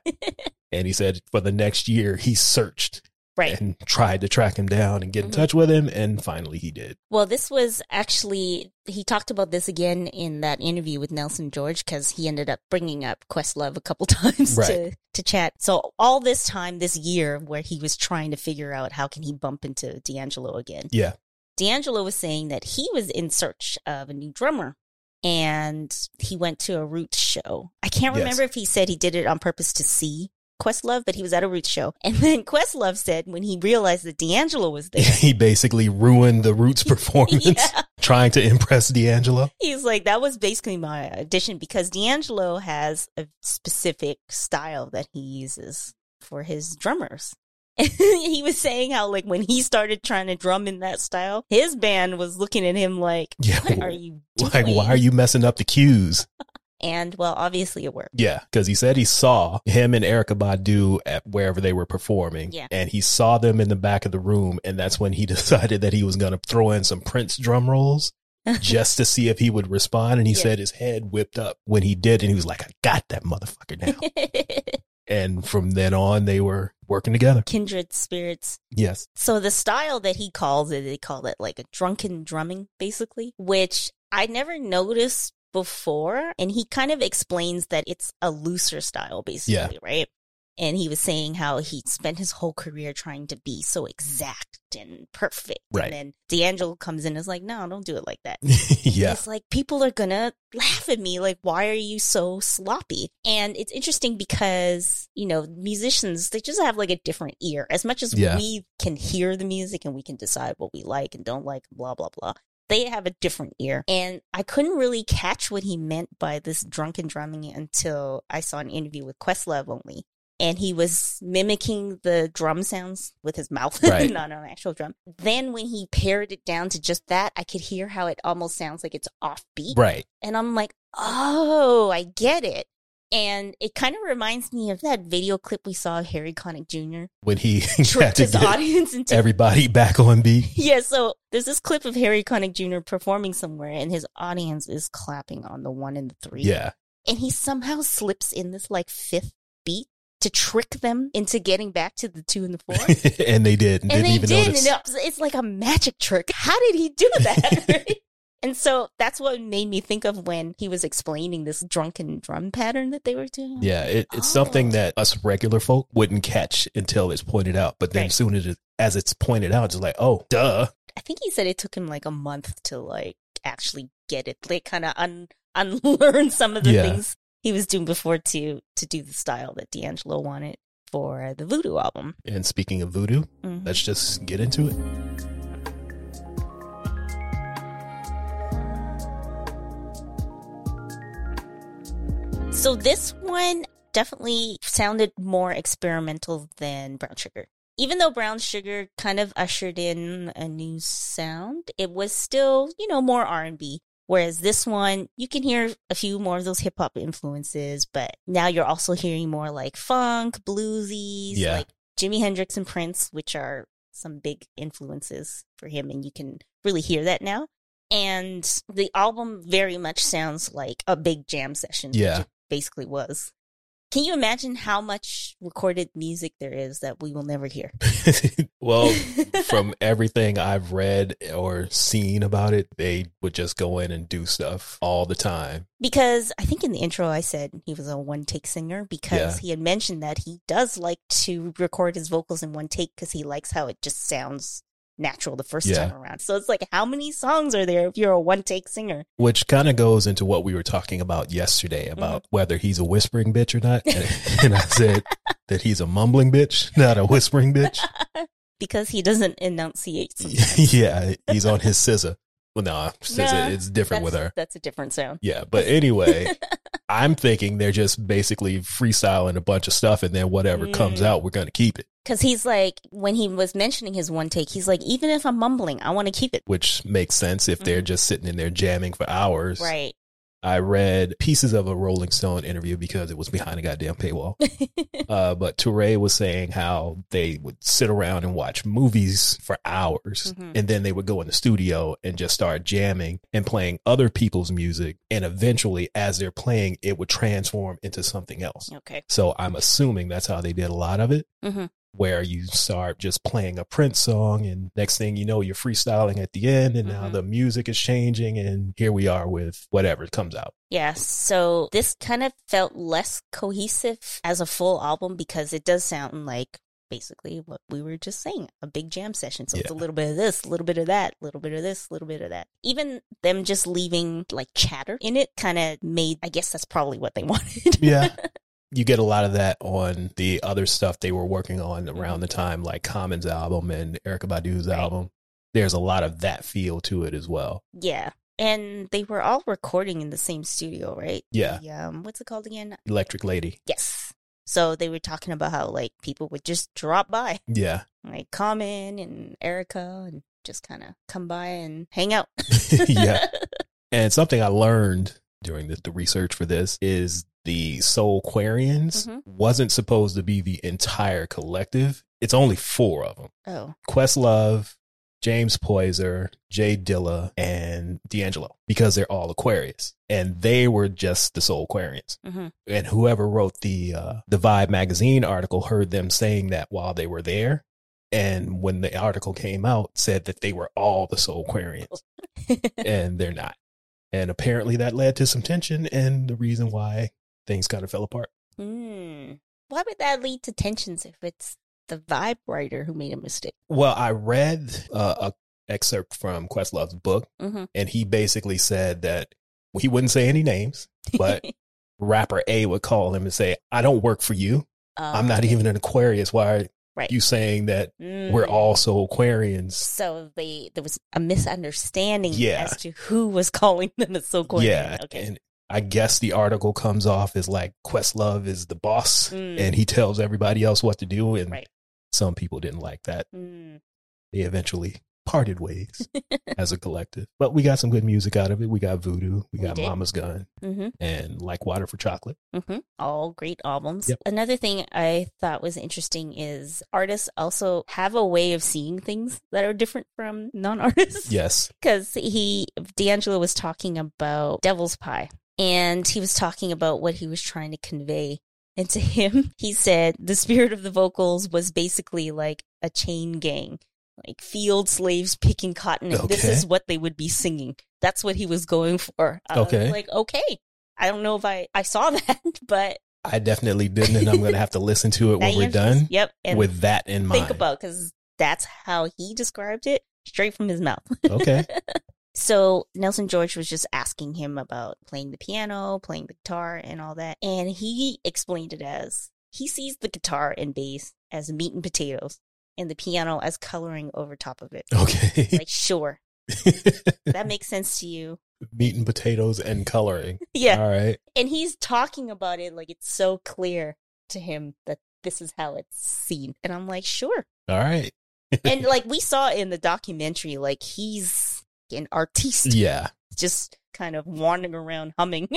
[SPEAKER 1] and he said for the next year, he searched
[SPEAKER 2] Right.
[SPEAKER 1] and tried to track him down and get in
[SPEAKER 2] Mhm.
[SPEAKER 1] touch with him. And finally, he did.
[SPEAKER 2] Well, this was actually, he talked about this again in that interview with Nelson George because he ended up bringing up Questlove a couple times to,
[SPEAKER 1] Right.
[SPEAKER 2] to chat. So all this time, this year where he was trying to figure out how can he bump into D'Angelo again.
[SPEAKER 1] Yeah.
[SPEAKER 2] D'Angelo was saying that he was in search of a new drummer and he went to a Roots show. I can't
[SPEAKER 1] Yes.
[SPEAKER 2] remember if he said he did it on purpose to see Questlove, but he was at a Roots show. And then Questlove said when he realized that D'Angelo was there,
[SPEAKER 1] he basically ruined the Roots performance
[SPEAKER 2] yeah,
[SPEAKER 1] trying to impress D'Angelo.
[SPEAKER 2] he's like, that was basically my audition because D'Angelo has a specific style that he uses for his drummers. he was saying how like when he started trying to drum in that style, his band was looking at him like,
[SPEAKER 1] Yeah.
[SPEAKER 2] "What are you doing?
[SPEAKER 1] Like, why are you messing up the cues?
[SPEAKER 2] And well, obviously it worked.
[SPEAKER 1] Yeah, because he said he saw him and Erica Badu at wherever they were performing.
[SPEAKER 2] Yeah.
[SPEAKER 1] And he saw them in the back of the room. And that's when he decided that he was going to throw in some Prince drum rolls just to see if he would respond. And he
[SPEAKER 2] Yeah.
[SPEAKER 1] said his head whipped up when he did. And he was like, I got that motherfucker now. And from then on, they were working together.
[SPEAKER 2] Kindred spirits.
[SPEAKER 1] Yes.
[SPEAKER 2] So the style that he calls it, they call it like a drunken drumming, basically, which I never noticed before. And he kind of explains that it's a looser style, basically, right? And he was saying how he spent his whole career trying to be so exact and perfect.
[SPEAKER 1] Right.
[SPEAKER 2] And then D'Angelo comes in and is like, no, don't do it like that.
[SPEAKER 1] yeah.
[SPEAKER 2] It's like people are gonna laugh at me. Like, why are you so sloppy? And it's interesting because, you know, musicians, they just have like a different ear. As much as
[SPEAKER 1] Yeah.
[SPEAKER 2] we can hear the music and we can decide what we like and don't like, blah, blah, blah. They have a different ear. And I couldn't really catch what he meant by this drunken drumming until I saw an interview with Questlove only. And he was mimicking the drum sounds with his mouth,
[SPEAKER 1] Right.
[SPEAKER 2] not on an actual drum. Then when he pared it down to just that, I could hear how it almost sounds like it's offbeat.
[SPEAKER 1] Right.
[SPEAKER 2] And I'm like, oh, I get it. And it kind of reminds me of that video clip we saw of Harry Connick Jr.
[SPEAKER 1] When he had
[SPEAKER 2] tricked
[SPEAKER 1] to
[SPEAKER 2] his
[SPEAKER 1] get
[SPEAKER 2] audience into
[SPEAKER 1] everybody back on beat.
[SPEAKER 2] yeah, so there's this clip of Harry Connick Jr. performing somewhere, and his audience is clapping on the one and the three.
[SPEAKER 1] Yeah.
[SPEAKER 2] And he somehow slips in this like fifth beat to trick them into getting back to the two and the four.
[SPEAKER 1] and they did. And, didn't
[SPEAKER 2] and they
[SPEAKER 1] even
[SPEAKER 2] did.
[SPEAKER 1] notice.
[SPEAKER 2] And it's, it's like a magic trick. How did he do that? and so that's what made me think of when he was explaining this drunken drum pattern that they were doing.
[SPEAKER 1] Yeah, it, it's
[SPEAKER 2] Oh.
[SPEAKER 1] something that us regular folk wouldn't catch until it's pointed out. But then
[SPEAKER 2] Right.
[SPEAKER 1] soon as, it, as it's pointed out, it's like, oh, duh.
[SPEAKER 2] I think he said it took him like a month to like actually get it. They kind of un- unlearn some of the
[SPEAKER 1] Yeah.
[SPEAKER 2] things he was doing before to to do the style that D'Angelo wanted for the Voodoo album.
[SPEAKER 1] And speaking of voodoo,
[SPEAKER 2] Mhm.
[SPEAKER 1] let's just get into it.
[SPEAKER 2] So this one definitely sounded more experimental than Brown Sugar. Even though Brown Sugar kind of ushered in a new sound, it was still, you know, more R&B. Whereas this one, you can hear a few more of those hip hop influences, but now you're also hearing more like funk, bluesies,
[SPEAKER 1] Yeah.
[SPEAKER 2] like Jimi Hendrix and Prince, which are some big influences for him and you can really hear that now. And the album very much sounds like a big jam session. which
[SPEAKER 1] Yeah.
[SPEAKER 2] it basically was. Can you imagine how much recorded music there is that we will never hear?
[SPEAKER 1] well, from everything I've read or seen about it, they would just go in and do stuff all the time.
[SPEAKER 2] because I think in the intro I said he was a one take singer because
[SPEAKER 1] Yeah.
[SPEAKER 2] he had mentioned that he does like to record his vocals in one take because he likes how it just sounds natural the first
[SPEAKER 1] Yeah.
[SPEAKER 2] time around. So it's like, how many songs are there if you're a one take singer?
[SPEAKER 1] Which kind of goes into what we were talking about yesterday
[SPEAKER 2] Mm-hmm.
[SPEAKER 1] about whether he's a whispering bitch or not. And, and I said that he's a mumbling bitch, not a whispering bitch.
[SPEAKER 2] Because he doesn't enunciate. sometimes.
[SPEAKER 1] yeah, he's on his scissor. Well, no, scissor,
[SPEAKER 2] Nah,
[SPEAKER 1] it's different with
[SPEAKER 2] That's-
[SPEAKER 1] her.
[SPEAKER 2] That's a different sound.
[SPEAKER 1] Yeah, but anyway, I'm thinking they're just basically freestyling a bunch of stuff, and then whatever comes
[SPEAKER 2] Mm.
[SPEAKER 1] out, we're gonna keep it,
[SPEAKER 2] Because he's like, when he was mentioning his one take, he's like, even if I'm mumbling, I want to keep it.
[SPEAKER 1] which makes sense if they're just sitting in there jamming for hours.
[SPEAKER 2] Mm-hmm. Right.
[SPEAKER 1] I read pieces of a Rolling Stone interview because it was behind a goddamn paywall. uh, but Toure was saying how they would sit around and watch movies for hours.
[SPEAKER 2] Mhm.
[SPEAKER 1] And then they would go in the studio and just start jamming and playing other people's music. And eventually, as they're playing, it would transform into something else.
[SPEAKER 2] Okay.
[SPEAKER 1] So I'm assuming that's how they did a lot of it,
[SPEAKER 2] Mhm.
[SPEAKER 1] where you start just playing a Prince song, and next thing you know, you're freestyling at the end, and now
[SPEAKER 2] Mhm.
[SPEAKER 1] the music is changing, and here we are with whatever comes out.
[SPEAKER 2] Yeah, so this kind of felt less cohesive as a full album because it does sound like basically what we were just saying a big jam session. So it's a little bit of this, a little bit of that, a little bit of this, a little bit of that. Even them just leaving like chatter in it kind of made, I guess that's probably what they wanted.
[SPEAKER 1] Yeah. You get a lot of that on the other stuff they were working on around the time, like Common's album and Erica Badu's
[SPEAKER 2] Right.
[SPEAKER 1] album. There's a lot of that feel to it as well.
[SPEAKER 2] yeah. And they were all recording in the same studio, right?
[SPEAKER 1] Yeah.
[SPEAKER 2] The, um, what's it called again?
[SPEAKER 1] Electric Lady.
[SPEAKER 2] Yes. So they were talking about how like people would just drop by
[SPEAKER 1] Yeah.
[SPEAKER 2] like Common and Erica and just kind of come by and hang out.
[SPEAKER 1] yeah. And something I learned during the, the research for this is the Soul Quarians
[SPEAKER 2] Mhm.
[SPEAKER 1] wasn't supposed to be the entire collective. It's only four of them.
[SPEAKER 2] oh,
[SPEAKER 1] Questlove, James Poyser, Jay Dilla, and D'Angelo because they're all Aquarius, and they were just the sole Aquarians.
[SPEAKER 2] Mhm.
[SPEAKER 1] And whoever wrote the uh, the Vibe magazine article heard them saying that while they were there, and when the article came out, said that they were all the sole Aquarians, and they're not. And apparently that led to some tension and the reason why things kind of fell apart.
[SPEAKER 2] Hmm. Why would that lead to tensions if it's the vibe writer who made a mistake?
[SPEAKER 1] Well, I read uh, a excerpt from Questlove's book,
[SPEAKER 2] Mm-hmm.
[SPEAKER 1] and he basically said that he wouldn't say any names, but rapper A would call him and say, "I don't work for you.
[SPEAKER 2] Oh,
[SPEAKER 1] I'm not even an Aquarius. Why are
[SPEAKER 2] Right.
[SPEAKER 1] you saying that we're also Aquarians?"
[SPEAKER 2] mm. So they there was a misunderstanding
[SPEAKER 1] Yeah.
[SPEAKER 2] as to who was calling them a so called.
[SPEAKER 1] Yeah,
[SPEAKER 2] Okay.
[SPEAKER 1] and I guess the article comes off as like Questlove is the boss,
[SPEAKER 2] Mm.
[SPEAKER 1] and he tells everybody else what to do, and
[SPEAKER 2] Right.
[SPEAKER 1] some people didn't like that.
[SPEAKER 2] Hmm.
[SPEAKER 1] They eventually parted ways as a collective, but we got some good music out of it. We got Voodoo, we
[SPEAKER 2] We
[SPEAKER 1] got
[SPEAKER 2] did.
[SPEAKER 1] Mama's Gun.
[SPEAKER 2] Mm-hmm.
[SPEAKER 1] and like water for chocolate.
[SPEAKER 2] Mm-hmm. All great albums.
[SPEAKER 1] Yep.
[SPEAKER 2] Another thing I thought was interesting is artists also have a way of seeing things that are different from non artists.
[SPEAKER 1] Yes.
[SPEAKER 2] because he D'Angelo was talking about Devil's Pie, and he was talking about what he was trying to convey. And to him, he said the spirit of the vocals was basically like a chain gang, like field slaves picking cotton, and this
[SPEAKER 1] Okay.
[SPEAKER 2] is what they would be singing. That's what he was going for. I was
[SPEAKER 1] Okay.
[SPEAKER 2] like okay, I don't know if I I saw that, but
[SPEAKER 1] I definitely didn't, and I'm going to have to listen to it
[SPEAKER 2] now
[SPEAKER 1] when
[SPEAKER 2] you
[SPEAKER 1] we're
[SPEAKER 2] have to just-
[SPEAKER 1] done
[SPEAKER 2] Yep, and
[SPEAKER 1] with that in mind.
[SPEAKER 2] think about because that's how he described it, straight from his mouth.
[SPEAKER 1] okay.
[SPEAKER 2] So Nelson George was just asking him about playing the piano, playing the guitar, and all that. And he explained it as he sees the guitar and bass as meat and potatoes and the piano as coloring over top of it.
[SPEAKER 1] Okay.
[SPEAKER 2] like, sure, that makes sense to you.
[SPEAKER 1] Meat and potatoes and coloring.
[SPEAKER 2] Yeah.
[SPEAKER 1] All right.
[SPEAKER 2] And he's talking about it like it's so clear to him that this is how it's seen. And I'm like, sure.
[SPEAKER 1] All right.
[SPEAKER 2] and like we saw in the documentary, like he's an artiste.
[SPEAKER 1] Yeah.
[SPEAKER 2] just kind of wandering around humming.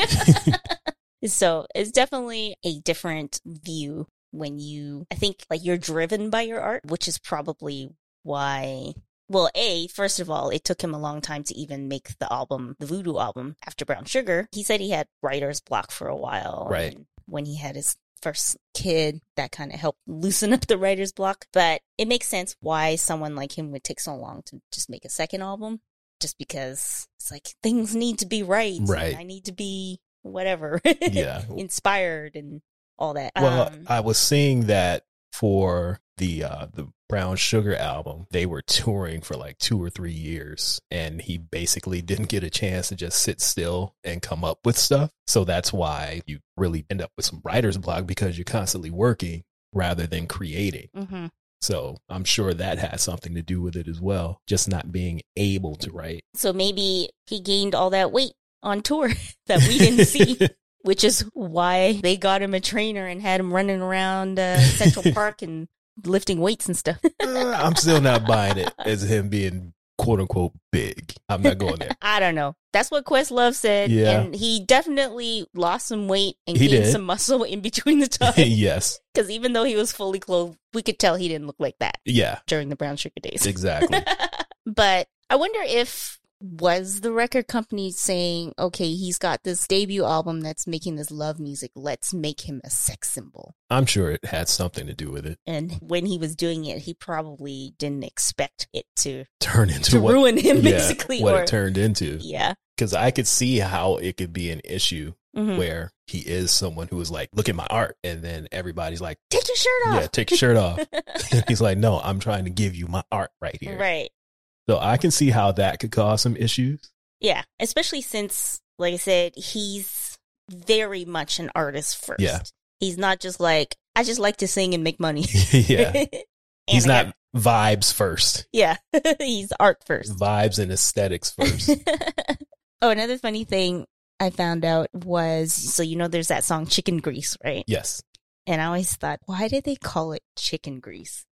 [SPEAKER 2] so it's definitely a different view when you, I think, like you're driven by your art, which is probably why. Well, A, first of all, it took him a long time to even make the album, the Voodoo album, after Brown Sugar. He said he had writer's block for a while.
[SPEAKER 1] Right.
[SPEAKER 2] And When he had his first kid, that kind of helped loosen up the writer's block. But it makes sense why someone like him would take so long to just make a second album just because it's like things need to be right. and
[SPEAKER 1] Right.
[SPEAKER 2] I need to be whatever.
[SPEAKER 1] Yeah.
[SPEAKER 2] Inspired and all that.
[SPEAKER 1] Well,
[SPEAKER 2] um,
[SPEAKER 1] I was seeing that for the uh the Brown Sugar album. They were touring for like 2 or 3 years and he basically didn't get a chance to just sit still and come up with stuff. So that's why you really end up with some writer's block because you're constantly working rather than creating.
[SPEAKER 2] mhm.
[SPEAKER 1] So I'm sure that had something to do with it as well, just not being able to write.
[SPEAKER 2] So maybe he gained all that weight on tour that we didn't see, which is why they got him a trainer and had him running around uh, Central Park and lifting weights and stuff.
[SPEAKER 1] Uh, I'm still not buying it as him being quote unquote big. I'm not going there.
[SPEAKER 2] I don't know. That's what Questlove said.
[SPEAKER 1] Yeah.
[SPEAKER 2] And he definitely lost some weight and
[SPEAKER 1] He
[SPEAKER 2] gained
[SPEAKER 1] did.
[SPEAKER 2] some muscle in between the time.
[SPEAKER 1] yes.
[SPEAKER 2] Because even though he was fully clothed, we could tell he didn't look like that.
[SPEAKER 1] Yeah.
[SPEAKER 2] during the brown sugar days.
[SPEAKER 1] Exactly.
[SPEAKER 2] but I wonder if was the record company saying, okay, he's got this debut album that's making this love music. Let's make him a sex symbol.
[SPEAKER 1] I'm sure it had something to do with it.
[SPEAKER 2] And when he was doing it, he probably didn't expect it to,
[SPEAKER 1] Turn into
[SPEAKER 2] to
[SPEAKER 1] what,
[SPEAKER 2] ruin him,
[SPEAKER 1] yeah,
[SPEAKER 2] basically.
[SPEAKER 1] what
[SPEAKER 2] or,
[SPEAKER 1] it turned into.
[SPEAKER 2] yeah.
[SPEAKER 1] Because I could see how it could be an issue
[SPEAKER 2] Mhm.
[SPEAKER 1] where he is someone who is like, look at my art. And then everybody's like,
[SPEAKER 2] Take your shirt
[SPEAKER 1] yeah,
[SPEAKER 2] off.
[SPEAKER 1] take your shirt off. He's like, no, I'm trying to give you my art right here.
[SPEAKER 2] right.
[SPEAKER 1] So I can see how that could cause some issues.
[SPEAKER 2] Yeah. Especially since, like I said, he's very much an artist first.
[SPEAKER 1] Yeah.
[SPEAKER 2] He's not just like, I just like to sing and make money.
[SPEAKER 1] yeah.
[SPEAKER 2] And
[SPEAKER 1] He's
[SPEAKER 2] I got
[SPEAKER 1] not vibes first,
[SPEAKER 2] Yeah, he's art first.
[SPEAKER 1] vibes and aesthetics first.
[SPEAKER 2] oh, another funny thing I found out was so you know there's that song Chicken Grease, right?
[SPEAKER 1] yes.
[SPEAKER 2] And I always thought, why did they call it Chicken Grease?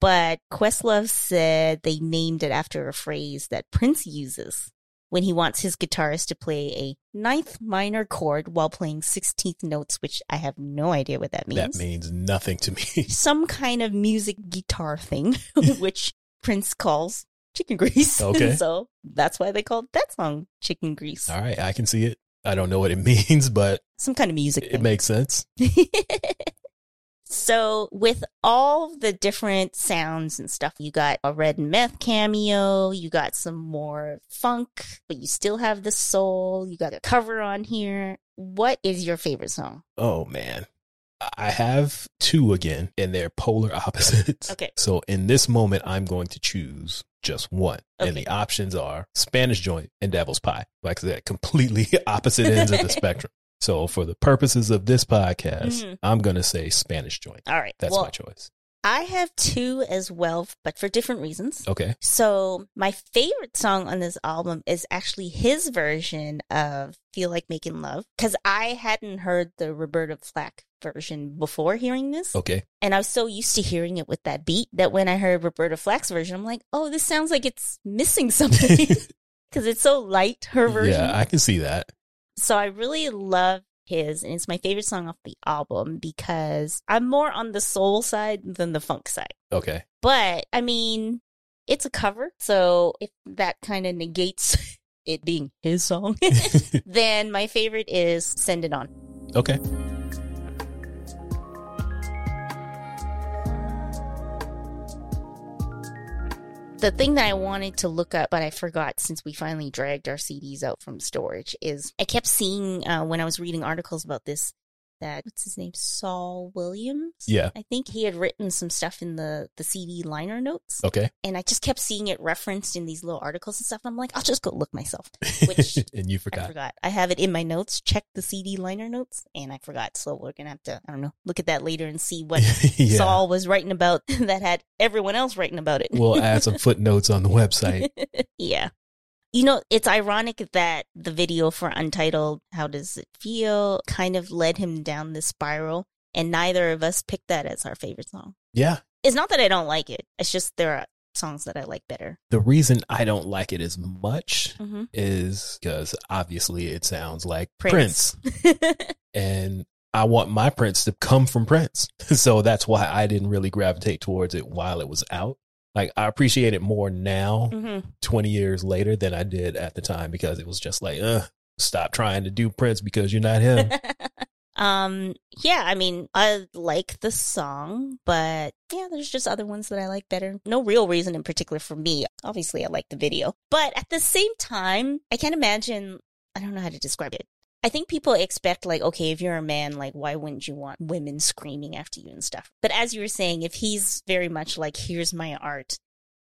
[SPEAKER 2] But Questlove said they named it after a phrase that Prince uses when he wants his guitarist to play a ninth minor chord while playing 16th notes, which I have no idea what that means
[SPEAKER 1] That means nothing to me.
[SPEAKER 2] some kind of music guitar thing, which Prince calls chicken grease.
[SPEAKER 1] Okay.
[SPEAKER 2] And so that's why they called that song chicken grease.
[SPEAKER 1] All right, I can see it. I don't know what it means, but
[SPEAKER 2] Some kind of music.
[SPEAKER 1] it
[SPEAKER 2] thing.
[SPEAKER 1] makes sense.
[SPEAKER 2] so with all the different sounds and stuff, you got a red meth cameo, you got some more funk, but you still have the soul, you got a cover on here. What is your favorite song?
[SPEAKER 1] Oh man. I have two again, and they're polar opposites.
[SPEAKER 2] Okay.
[SPEAKER 1] So in this moment, I'm going to choose just one. And
[SPEAKER 2] Okay.
[SPEAKER 1] the options are Spanish joint and devil's pie. Like they're completely opposite ends of the spectrum. So for the purposes of this podcast,
[SPEAKER 2] Mhm.
[SPEAKER 1] I'm going to say Spanish joint.
[SPEAKER 2] All right.
[SPEAKER 1] That's
[SPEAKER 2] well,
[SPEAKER 1] my choice.
[SPEAKER 2] I have two as well, but for different reasons.
[SPEAKER 1] Okay.
[SPEAKER 2] So my favorite song on this album is actually his version of Feel Like Making Love because I hadn't heard the Roberta Flack version before hearing this.
[SPEAKER 1] Okay.
[SPEAKER 2] And I was so used to hearing it with that beat that when I heard Roberta Flack's version, I'm like, oh, this sounds like it's missing something because it's so light, her version.
[SPEAKER 1] Yeah, I can see that.
[SPEAKER 2] So I really love his, and it's my favorite song off the album because I'm more on the soul side than the funk side.
[SPEAKER 1] Okay.
[SPEAKER 2] But I mean, it's a cover, so if that kind of negates it being his song, then my favorite is Send It On.
[SPEAKER 1] Okay.
[SPEAKER 2] The thing that I wanted to look up, but I forgot since we finally dragged our CDs out from storage, is I kept seeing uh, when I was reading articles about this that what's his name, Saul Williams.
[SPEAKER 1] Yeah.
[SPEAKER 2] I think he had written some stuff in the the CD liner notes,
[SPEAKER 1] Okay.
[SPEAKER 2] and I just kept seeing it referenced in these little articles and stuff. I'm like, I'll just go look myself. Which
[SPEAKER 1] and you
[SPEAKER 2] I
[SPEAKER 1] forgot.
[SPEAKER 2] forgot. I have it in my notes. Check the CD liner notes, and I forgot. So we're gonna have to, I don't know, look at that later and see what
[SPEAKER 1] yeah.
[SPEAKER 2] Saul was writing about that had everyone else writing about it.
[SPEAKER 1] We'll add some footnotes on the website.
[SPEAKER 2] yeah. You know, it's ironic that the video for Untitled How Does It Feel kind of led him down this spiral, and neither of us picked that as our favorite song.
[SPEAKER 1] Yeah.
[SPEAKER 2] It's not that I don't like it, it's just there are songs that I like better.
[SPEAKER 1] The reason I don't like it as much
[SPEAKER 2] Mm-hmm.
[SPEAKER 1] is because obviously it sounds like Prince.
[SPEAKER 2] Prince.
[SPEAKER 1] and I want my Prince to come from Prince. so that's why I didn't really gravitate towards it while it was out. Like I appreciate it more now,
[SPEAKER 2] hmm
[SPEAKER 1] 20 years later, than I did at the time because it was just like, uh, stop trying to do Prince because you're not him.
[SPEAKER 2] um yeah i mean i like the song but yeah there's just other ones that i like better no real reason in particular for me obviously i like the video but at the same time i can't imagine i don't know how to describe it i think people expect like okay if you're a man like why wouldn't you want women screaming after you and stuff but as you were saying if he's very much like here's my art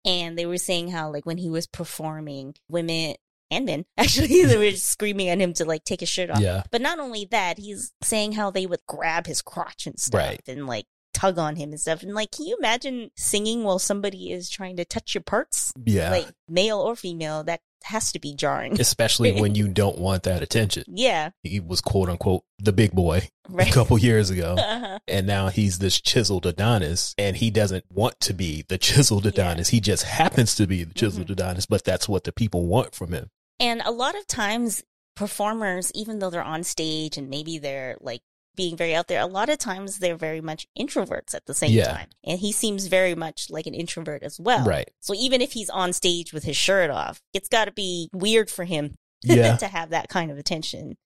[SPEAKER 2] and they were saying how like when he was performing women and men actually they were screaming at him to like take his shirt off
[SPEAKER 1] yeah.
[SPEAKER 2] but not only that, he's saying how they would grab his crotch and stuff
[SPEAKER 1] Right.
[SPEAKER 2] and like tug on him and stuff. And like, can you imagine singing while somebody is trying to touch your parts?
[SPEAKER 1] Yeah.
[SPEAKER 2] Like, male or female, that has to be jarring.
[SPEAKER 1] Especially when you don't want that attention.
[SPEAKER 2] yeah,
[SPEAKER 1] He was quote unquote the big boy a
[SPEAKER 2] right.
[SPEAKER 1] couple years ago.
[SPEAKER 2] Uh-huh.
[SPEAKER 1] and now he's this chiseled Adonis, and he doesn't want to be the chiseled
[SPEAKER 2] Yeah.
[SPEAKER 1] Adonis. He just happens to be the chiseled Adonis, but that's what the people want from him.
[SPEAKER 2] And a lot of times, performers, even though they're on stage and maybe they're like being very out there, a lot of times they're very much introverts at the same
[SPEAKER 1] Yeah.
[SPEAKER 2] time. And he seems very much like an introvert as well.
[SPEAKER 1] Right.
[SPEAKER 2] So even if he's on stage with his shirt off, it's got to be weird for him
[SPEAKER 1] Yeah.
[SPEAKER 2] to have that kind of attention.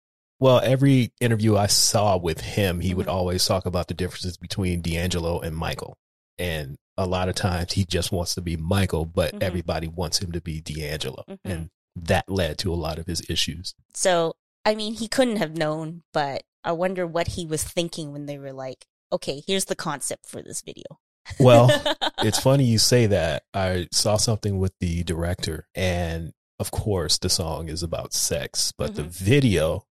[SPEAKER 1] well, every interview I saw with him, he would
[SPEAKER 2] Mhm.
[SPEAKER 1] always talk about the differences between D'Angelo and Michael. And a lot of times he just wants to be Michael, but
[SPEAKER 2] Mhm.
[SPEAKER 1] everybody wants him to be D'Angelo.
[SPEAKER 2] Mhm.
[SPEAKER 1] And that led to a lot of his issues.
[SPEAKER 2] So, I mean, he couldn't have known, but I wonder what he was thinking when they were like, okay, here's the concept for this video.
[SPEAKER 1] Well, it's funny you say that. I saw something with the director, and of course, the song is about sex, but the
[SPEAKER 2] Mhm.
[SPEAKER 1] video,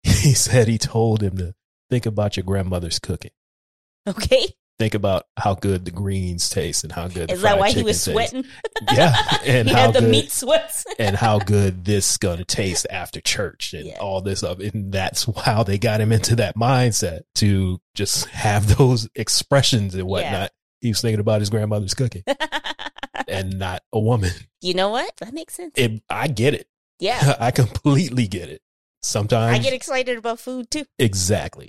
[SPEAKER 1] he said he told him to think about your grandmother's cooking.
[SPEAKER 2] okay.
[SPEAKER 1] Think about how good the greens taste and how good. the
[SPEAKER 2] Is that
[SPEAKER 1] fried
[SPEAKER 2] why he
[SPEAKER 1] chicken
[SPEAKER 2] was
[SPEAKER 1] tastes.
[SPEAKER 2] sweating?
[SPEAKER 1] Yeah, and
[SPEAKER 2] he
[SPEAKER 1] how
[SPEAKER 2] had the
[SPEAKER 1] good
[SPEAKER 2] meat sweats.
[SPEAKER 1] and how good this gonna taste after church and
[SPEAKER 2] Yeah.
[SPEAKER 1] all this of it. And that's how they got him into that mindset to just have those expressions and whatnot. He was thinking about his grandmother's cooking and not a woman.
[SPEAKER 2] you know what? That makes sense.
[SPEAKER 1] It, I get it.
[SPEAKER 2] yeah.
[SPEAKER 1] I completely get it. Sometimes,
[SPEAKER 2] I get excited about food too.
[SPEAKER 1] exactly.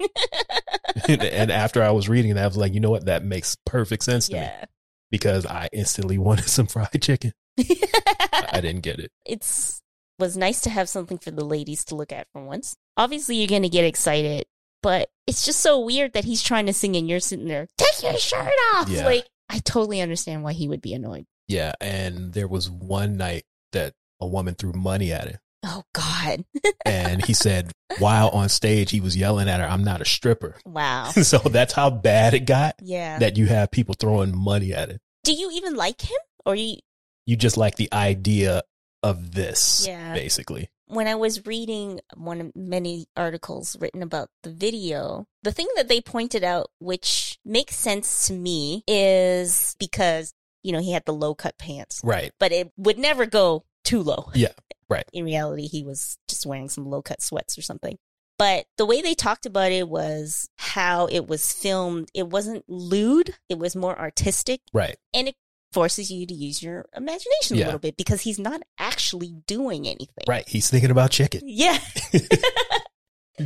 [SPEAKER 1] and, and after I was reading that, I was like, you know what? That makes perfect sense to me.
[SPEAKER 2] Yeah.
[SPEAKER 1] because I instantly wanted some fried chicken. I didn't get it.
[SPEAKER 2] it's was nice to have something for the ladies to look at for once. Obviously, you're gonna get excited, but it's just so weird that he's trying to sing and you're sitting there, take your shirt off.
[SPEAKER 1] Yeah.
[SPEAKER 2] Like, I totally understand why he would be annoyed.
[SPEAKER 1] Yeah. And there was one night that a woman threw money at him.
[SPEAKER 2] Oh God!
[SPEAKER 1] And he said, while on stage, he was yelling at her, I'm not a stripper.
[SPEAKER 2] Wow.
[SPEAKER 1] so that's how bad it got
[SPEAKER 2] Oh. Yeah.
[SPEAKER 1] that you have people throwing money at it.
[SPEAKER 2] Do you even like him, or you?
[SPEAKER 1] You just like the idea of this,
[SPEAKER 2] Yeah.
[SPEAKER 1] basically.
[SPEAKER 2] when I was reading one of many articles written about the video, the thing that they pointed out, which makes sense to me, is because, you know, he had the low cut pants,
[SPEAKER 1] Right.
[SPEAKER 2] but it would never go too low.
[SPEAKER 1] Yeah, right.
[SPEAKER 2] In reality, he was just wearing some low cut sweats or something. But the way they talked about it was how it was filmed. It wasn't lewd, it was more artistic
[SPEAKER 1] Right.
[SPEAKER 2] forces you to use your imagination
[SPEAKER 1] Yeah.
[SPEAKER 2] a little bit because he's not actually doing anything.
[SPEAKER 1] Right. He's thinking about chicken,
[SPEAKER 2] Yeah.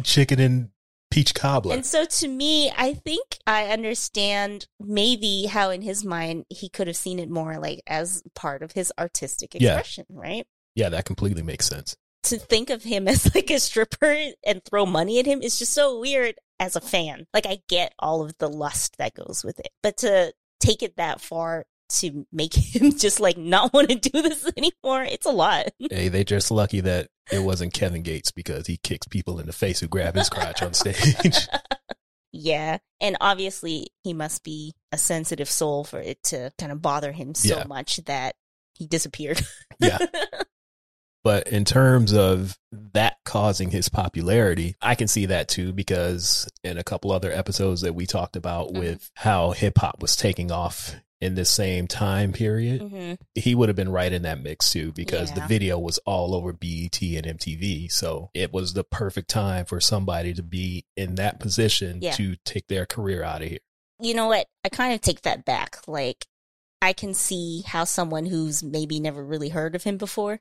[SPEAKER 1] chicken and peach cobbler.
[SPEAKER 2] And so to me, I think I understand maybe how in his mind he could have seen it more like as part of his artistic
[SPEAKER 1] Yeah.
[SPEAKER 2] expression, right?
[SPEAKER 1] yeah, that completely makes sense.
[SPEAKER 2] To think of him as like a stripper and throw money at him is just so weird as a fan. Like I get all of the lust that goes with it, but to take it that far to make him just like not want to do this anymore, it's a lot.
[SPEAKER 1] hey, they just lucky that it wasn't Kevin Gates because he kicks people in the face who grab his crotch on stage.
[SPEAKER 2] Yeah. And obviously, he must be a sensitive soul for it to kind of bother him so
[SPEAKER 1] Yeah.
[SPEAKER 2] much that he disappeared.
[SPEAKER 1] Yeah. But in terms of that causing his popularity, I can see that too because in a couple other episodes that we talked about
[SPEAKER 2] Mhm.
[SPEAKER 1] with how hip hop was taking off in this same time period,
[SPEAKER 2] hmm
[SPEAKER 1] he would have been right in that mix too because the
[SPEAKER 2] Yeah.
[SPEAKER 1] video was all over BET and MTV. So it was the perfect time for somebody to be in that position
[SPEAKER 2] Yeah.
[SPEAKER 1] to take their career out of here.
[SPEAKER 2] You know what? I kind of take that back. Like, I can see how someone who's maybe never really heard of him before,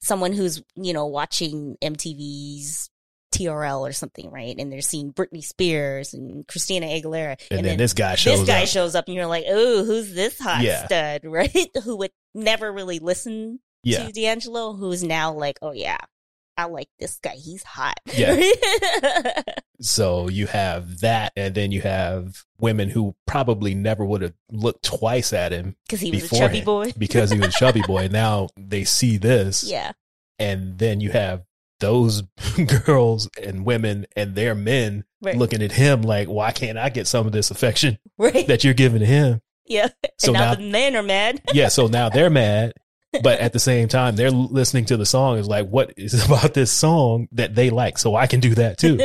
[SPEAKER 2] someone who's, you know, watching MTV's TRL or something, right? And they're seeing Britney Spears and Christina Aguilera.
[SPEAKER 1] And, then, this guy shows
[SPEAKER 2] this guy
[SPEAKER 1] up.
[SPEAKER 2] shows up and you're like, oh, who's this hot
[SPEAKER 1] Yeah.
[SPEAKER 2] stud, right? Who would never really listen
[SPEAKER 1] yeah.
[SPEAKER 2] to D'Angelo, who's now like, oh yeah, I like this guy. He's hot.
[SPEAKER 1] Yeah. So you have that, and then you have women who probably never would have looked twice at him
[SPEAKER 2] Because he was a chubby
[SPEAKER 1] Beforehand.
[SPEAKER 2] boy.
[SPEAKER 1] because he was a chubby boy. Now they see this,
[SPEAKER 2] Yeah.
[SPEAKER 1] and then you have those girls and women and their men
[SPEAKER 2] Right.
[SPEAKER 1] looking at him like, why can't I get some of this affection
[SPEAKER 2] right.
[SPEAKER 1] that you're giving him?
[SPEAKER 2] yeah.
[SPEAKER 1] So
[SPEAKER 2] and now,
[SPEAKER 1] now,
[SPEAKER 2] the men are mad.
[SPEAKER 1] yeah, so now they're mad. But at the same time, they're listening to the song. Is like, what is about this song that they like? So I can do that too.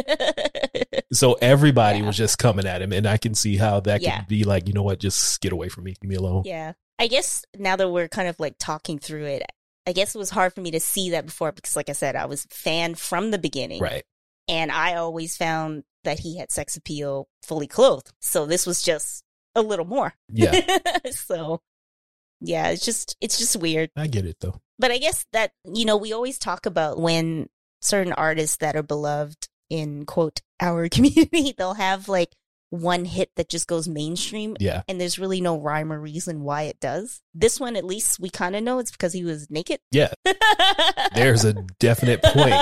[SPEAKER 1] So everybody
[SPEAKER 2] Yeah.
[SPEAKER 1] was just coming at him, and I can see how that
[SPEAKER 2] Yeah.
[SPEAKER 1] could be like, you know what? Just get away from me. Leave me alone.
[SPEAKER 2] yeah. I guess now that we're kind of like talking through it, I guess it was hard for me to see that before because, like I said, I was a fan from the beginning.
[SPEAKER 1] Right.
[SPEAKER 2] And I always found that he had sex appeal fully clothed. So this was just a little more.
[SPEAKER 1] Yeah,
[SPEAKER 2] so yeah, it's just it's just weird.
[SPEAKER 1] I get it though.
[SPEAKER 2] But I guess that you know, we always talk about when certain artists that are beloved in quote our community, they'll have like one hit that just goes mainstream
[SPEAKER 1] Yeah,
[SPEAKER 2] and there's really no rhyme or reason why it does. This one at least we kind of know it's because he was naked.
[SPEAKER 1] Yeah. there's a definite point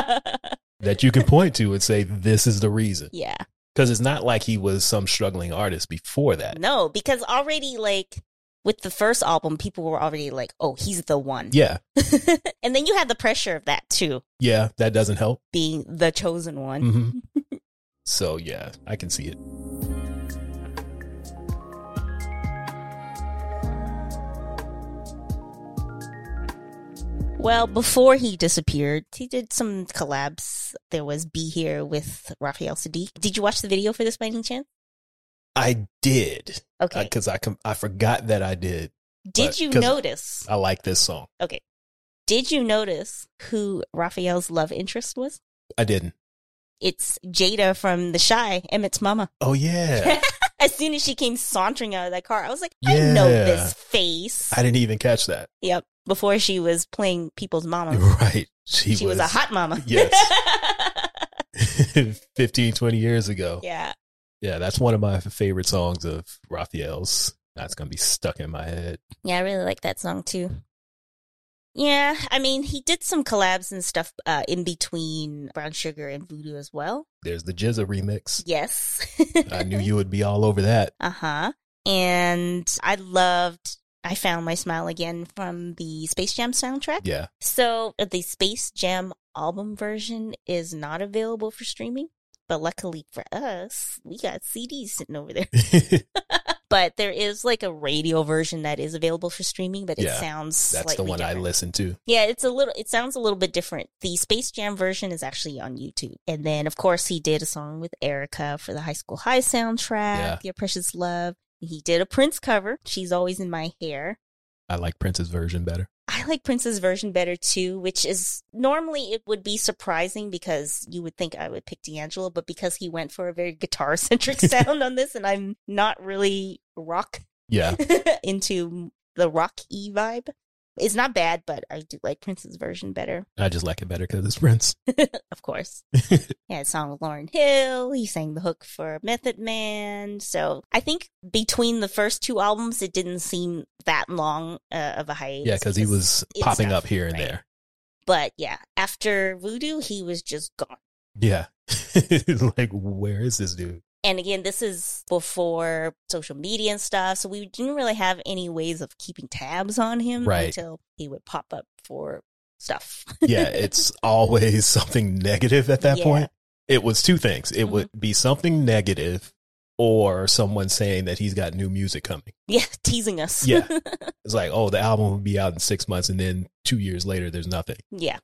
[SPEAKER 1] that you can point to and say this is the reason
[SPEAKER 2] yeah.
[SPEAKER 1] because it's not like he was some struggling artist before that.
[SPEAKER 2] No, because already like with the first album, people were already like, "Oh, he's the one."
[SPEAKER 1] Yeah,
[SPEAKER 2] and then you had the pressure of that too,
[SPEAKER 1] yeah, that doesn't help.
[SPEAKER 2] being the chosen one.
[SPEAKER 1] hmm so yeah, I can see it. Mm-hmm.
[SPEAKER 2] Well, before he disappeared, he did some collabs. There was Be Here with Raphael Sadiq. Did you watch the video for this by any chance?
[SPEAKER 1] I did
[SPEAKER 2] Okay.
[SPEAKER 1] because I com- I forgot that I did.
[SPEAKER 2] did
[SPEAKER 1] but-
[SPEAKER 2] you
[SPEAKER 1] 'cause-
[SPEAKER 2] notice?
[SPEAKER 1] I like this song.
[SPEAKER 2] Did you notice who Raphael's love interest was?
[SPEAKER 1] I didn't.
[SPEAKER 2] It's Jada from The Shy, Emmett's mama.
[SPEAKER 1] Oh yeah,
[SPEAKER 2] As soon as she came sauntering out of that car, I was like, I know
[SPEAKER 1] Yeah.
[SPEAKER 2] this face.
[SPEAKER 1] I didn't even catch that.
[SPEAKER 2] yep. Before she was playing people's mama.
[SPEAKER 1] Right, she,
[SPEAKER 2] Oh. she was, a hot mama.
[SPEAKER 1] Yes. 15, 20 years ago. Yeah.
[SPEAKER 2] yeah.
[SPEAKER 1] that's one of my favorite songs of Raphael's. That's gonna be stuck in my head.
[SPEAKER 2] Yeah, I really like that song too. Yeah, I mean, he did some collabs and stuff uh, in between Brown Sugar and Voodoo as well.
[SPEAKER 1] There's the Jizza remix.
[SPEAKER 2] Yes.
[SPEAKER 1] I knew you would be all over that.
[SPEAKER 2] Uh huh. And I loved I Found My Smile Again from the Space Jam soundtrack.
[SPEAKER 1] Yeah.
[SPEAKER 2] So uh, the Space Jam album version is not available for streaming, but luckily for us, we got CDs sitting over there. but there is like a radio version that is available for streaming, but it
[SPEAKER 1] Yeah,
[SPEAKER 2] sounds
[SPEAKER 1] That's the
[SPEAKER 2] slightly
[SPEAKER 1] one I
[SPEAKER 2] different.
[SPEAKER 1] listened to.
[SPEAKER 2] Yeah, it's a little. It sounds a little bit different. The Space Jam version is actually on YouTube, and then of course he did a song with Erica for the High School High soundtrack,
[SPEAKER 1] Yeah.
[SPEAKER 2] "Your Precious Love." He did a Prince cover. She's always in my hair.
[SPEAKER 1] I like Prince's version better.
[SPEAKER 2] I like Prince's version better too, which is normally it would be surprising because you would think I would pick D'Angelo, but because he went for a very guitar centric sound on this, and I'm not really rock
[SPEAKER 1] Yeah.
[SPEAKER 2] into the rock y vibe. It's not bad, but I do like Prince's version better,
[SPEAKER 1] I just like it better because it's Prince.
[SPEAKER 2] of course. yeah, a song with Lauren Hill. He sang the hook for Method Man. So I think between the first two albums, it didn't seem that long uh, of a hiatus.
[SPEAKER 1] Yeah, because he was
[SPEAKER 2] it's
[SPEAKER 1] popping
[SPEAKER 2] stuff,
[SPEAKER 1] up here and
[SPEAKER 2] right?
[SPEAKER 1] there.
[SPEAKER 2] But yeah, after Voodoo, he was just gone.
[SPEAKER 1] Yeah. It's like, where is this dude?
[SPEAKER 2] And again, this is before social media and stuff. So we didn't really have any ways of keeping tabs on him
[SPEAKER 1] Right.
[SPEAKER 2] until he would pop up for stuff.
[SPEAKER 1] Yeah, it's always something negative at that
[SPEAKER 2] Yeah. Mm-hmm.
[SPEAKER 1] point. It was two things. It would be something negative or someone saying that he's got new music coming.
[SPEAKER 2] yeah, teasing us.
[SPEAKER 1] Yeah. It's like, oh, the album will be out in six months and then two years later there's nothing.
[SPEAKER 2] Yeah.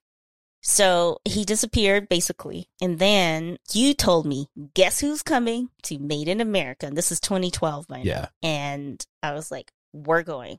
[SPEAKER 2] So he disappeared basically. And then you told me, guess who's coming to Made in America? And this is 2012, mind you.
[SPEAKER 1] Yeah.
[SPEAKER 2] And I was like, we're going.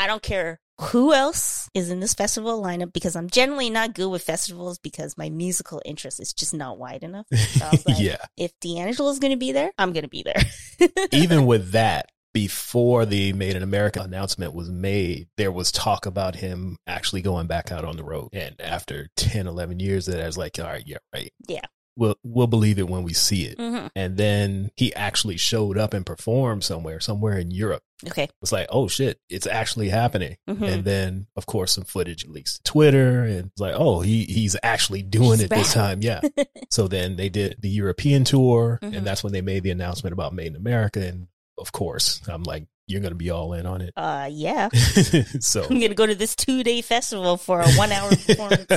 [SPEAKER 2] I don't care who else is in this festival lineup because I'm generally not good with festivals because my musical interest is just not wide enough. So I was like,
[SPEAKER 1] yeah.
[SPEAKER 2] if D'Angelo is going to be there, I'm going to be there.
[SPEAKER 1] Even with that, before the Made in America announcement was made, there was talk about him actually going back out on the road. And after 10, 11 years, that I was like, all right, yeah, right.
[SPEAKER 2] Yeah.
[SPEAKER 1] We'll, we'll believe it when we see it.
[SPEAKER 2] hmm
[SPEAKER 1] And then he actually showed up and performed somewhere, somewhere in Europe.
[SPEAKER 2] Okay.
[SPEAKER 1] It's like, oh shit, it's actually happening.
[SPEAKER 2] hmm
[SPEAKER 1] And then, of course, some footage leaks to Twitter, and it's like, oh, he he's actually doing
[SPEAKER 2] He's
[SPEAKER 1] it this
[SPEAKER 2] back.
[SPEAKER 1] time, yeah. so then they did the European tour,
[SPEAKER 2] Mhm.
[SPEAKER 1] and that's when they made the announcement about Made in America. And of course, I'm like, you're going to be all in on it.
[SPEAKER 2] uh, yeah.
[SPEAKER 1] so
[SPEAKER 2] I'm going to go to this two day festival for a one hour performance.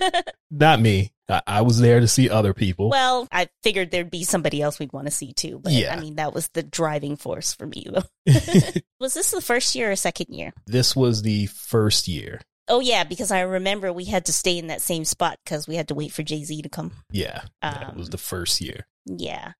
[SPEAKER 1] not me. I, I was there to see other people.
[SPEAKER 2] Well, I figured there'd be somebody else we'd want to see too, but
[SPEAKER 1] Yeah.
[SPEAKER 2] I mean that was the driving force for me though. Was this the first year or second year?
[SPEAKER 1] this was the first year.
[SPEAKER 2] Oh yeah, because I remember we had to stay in that same spot because we had to wait for Jay Z to come.
[SPEAKER 1] Yeah, that
[SPEAKER 2] Um,
[SPEAKER 1] was the first year.
[SPEAKER 2] Yeah,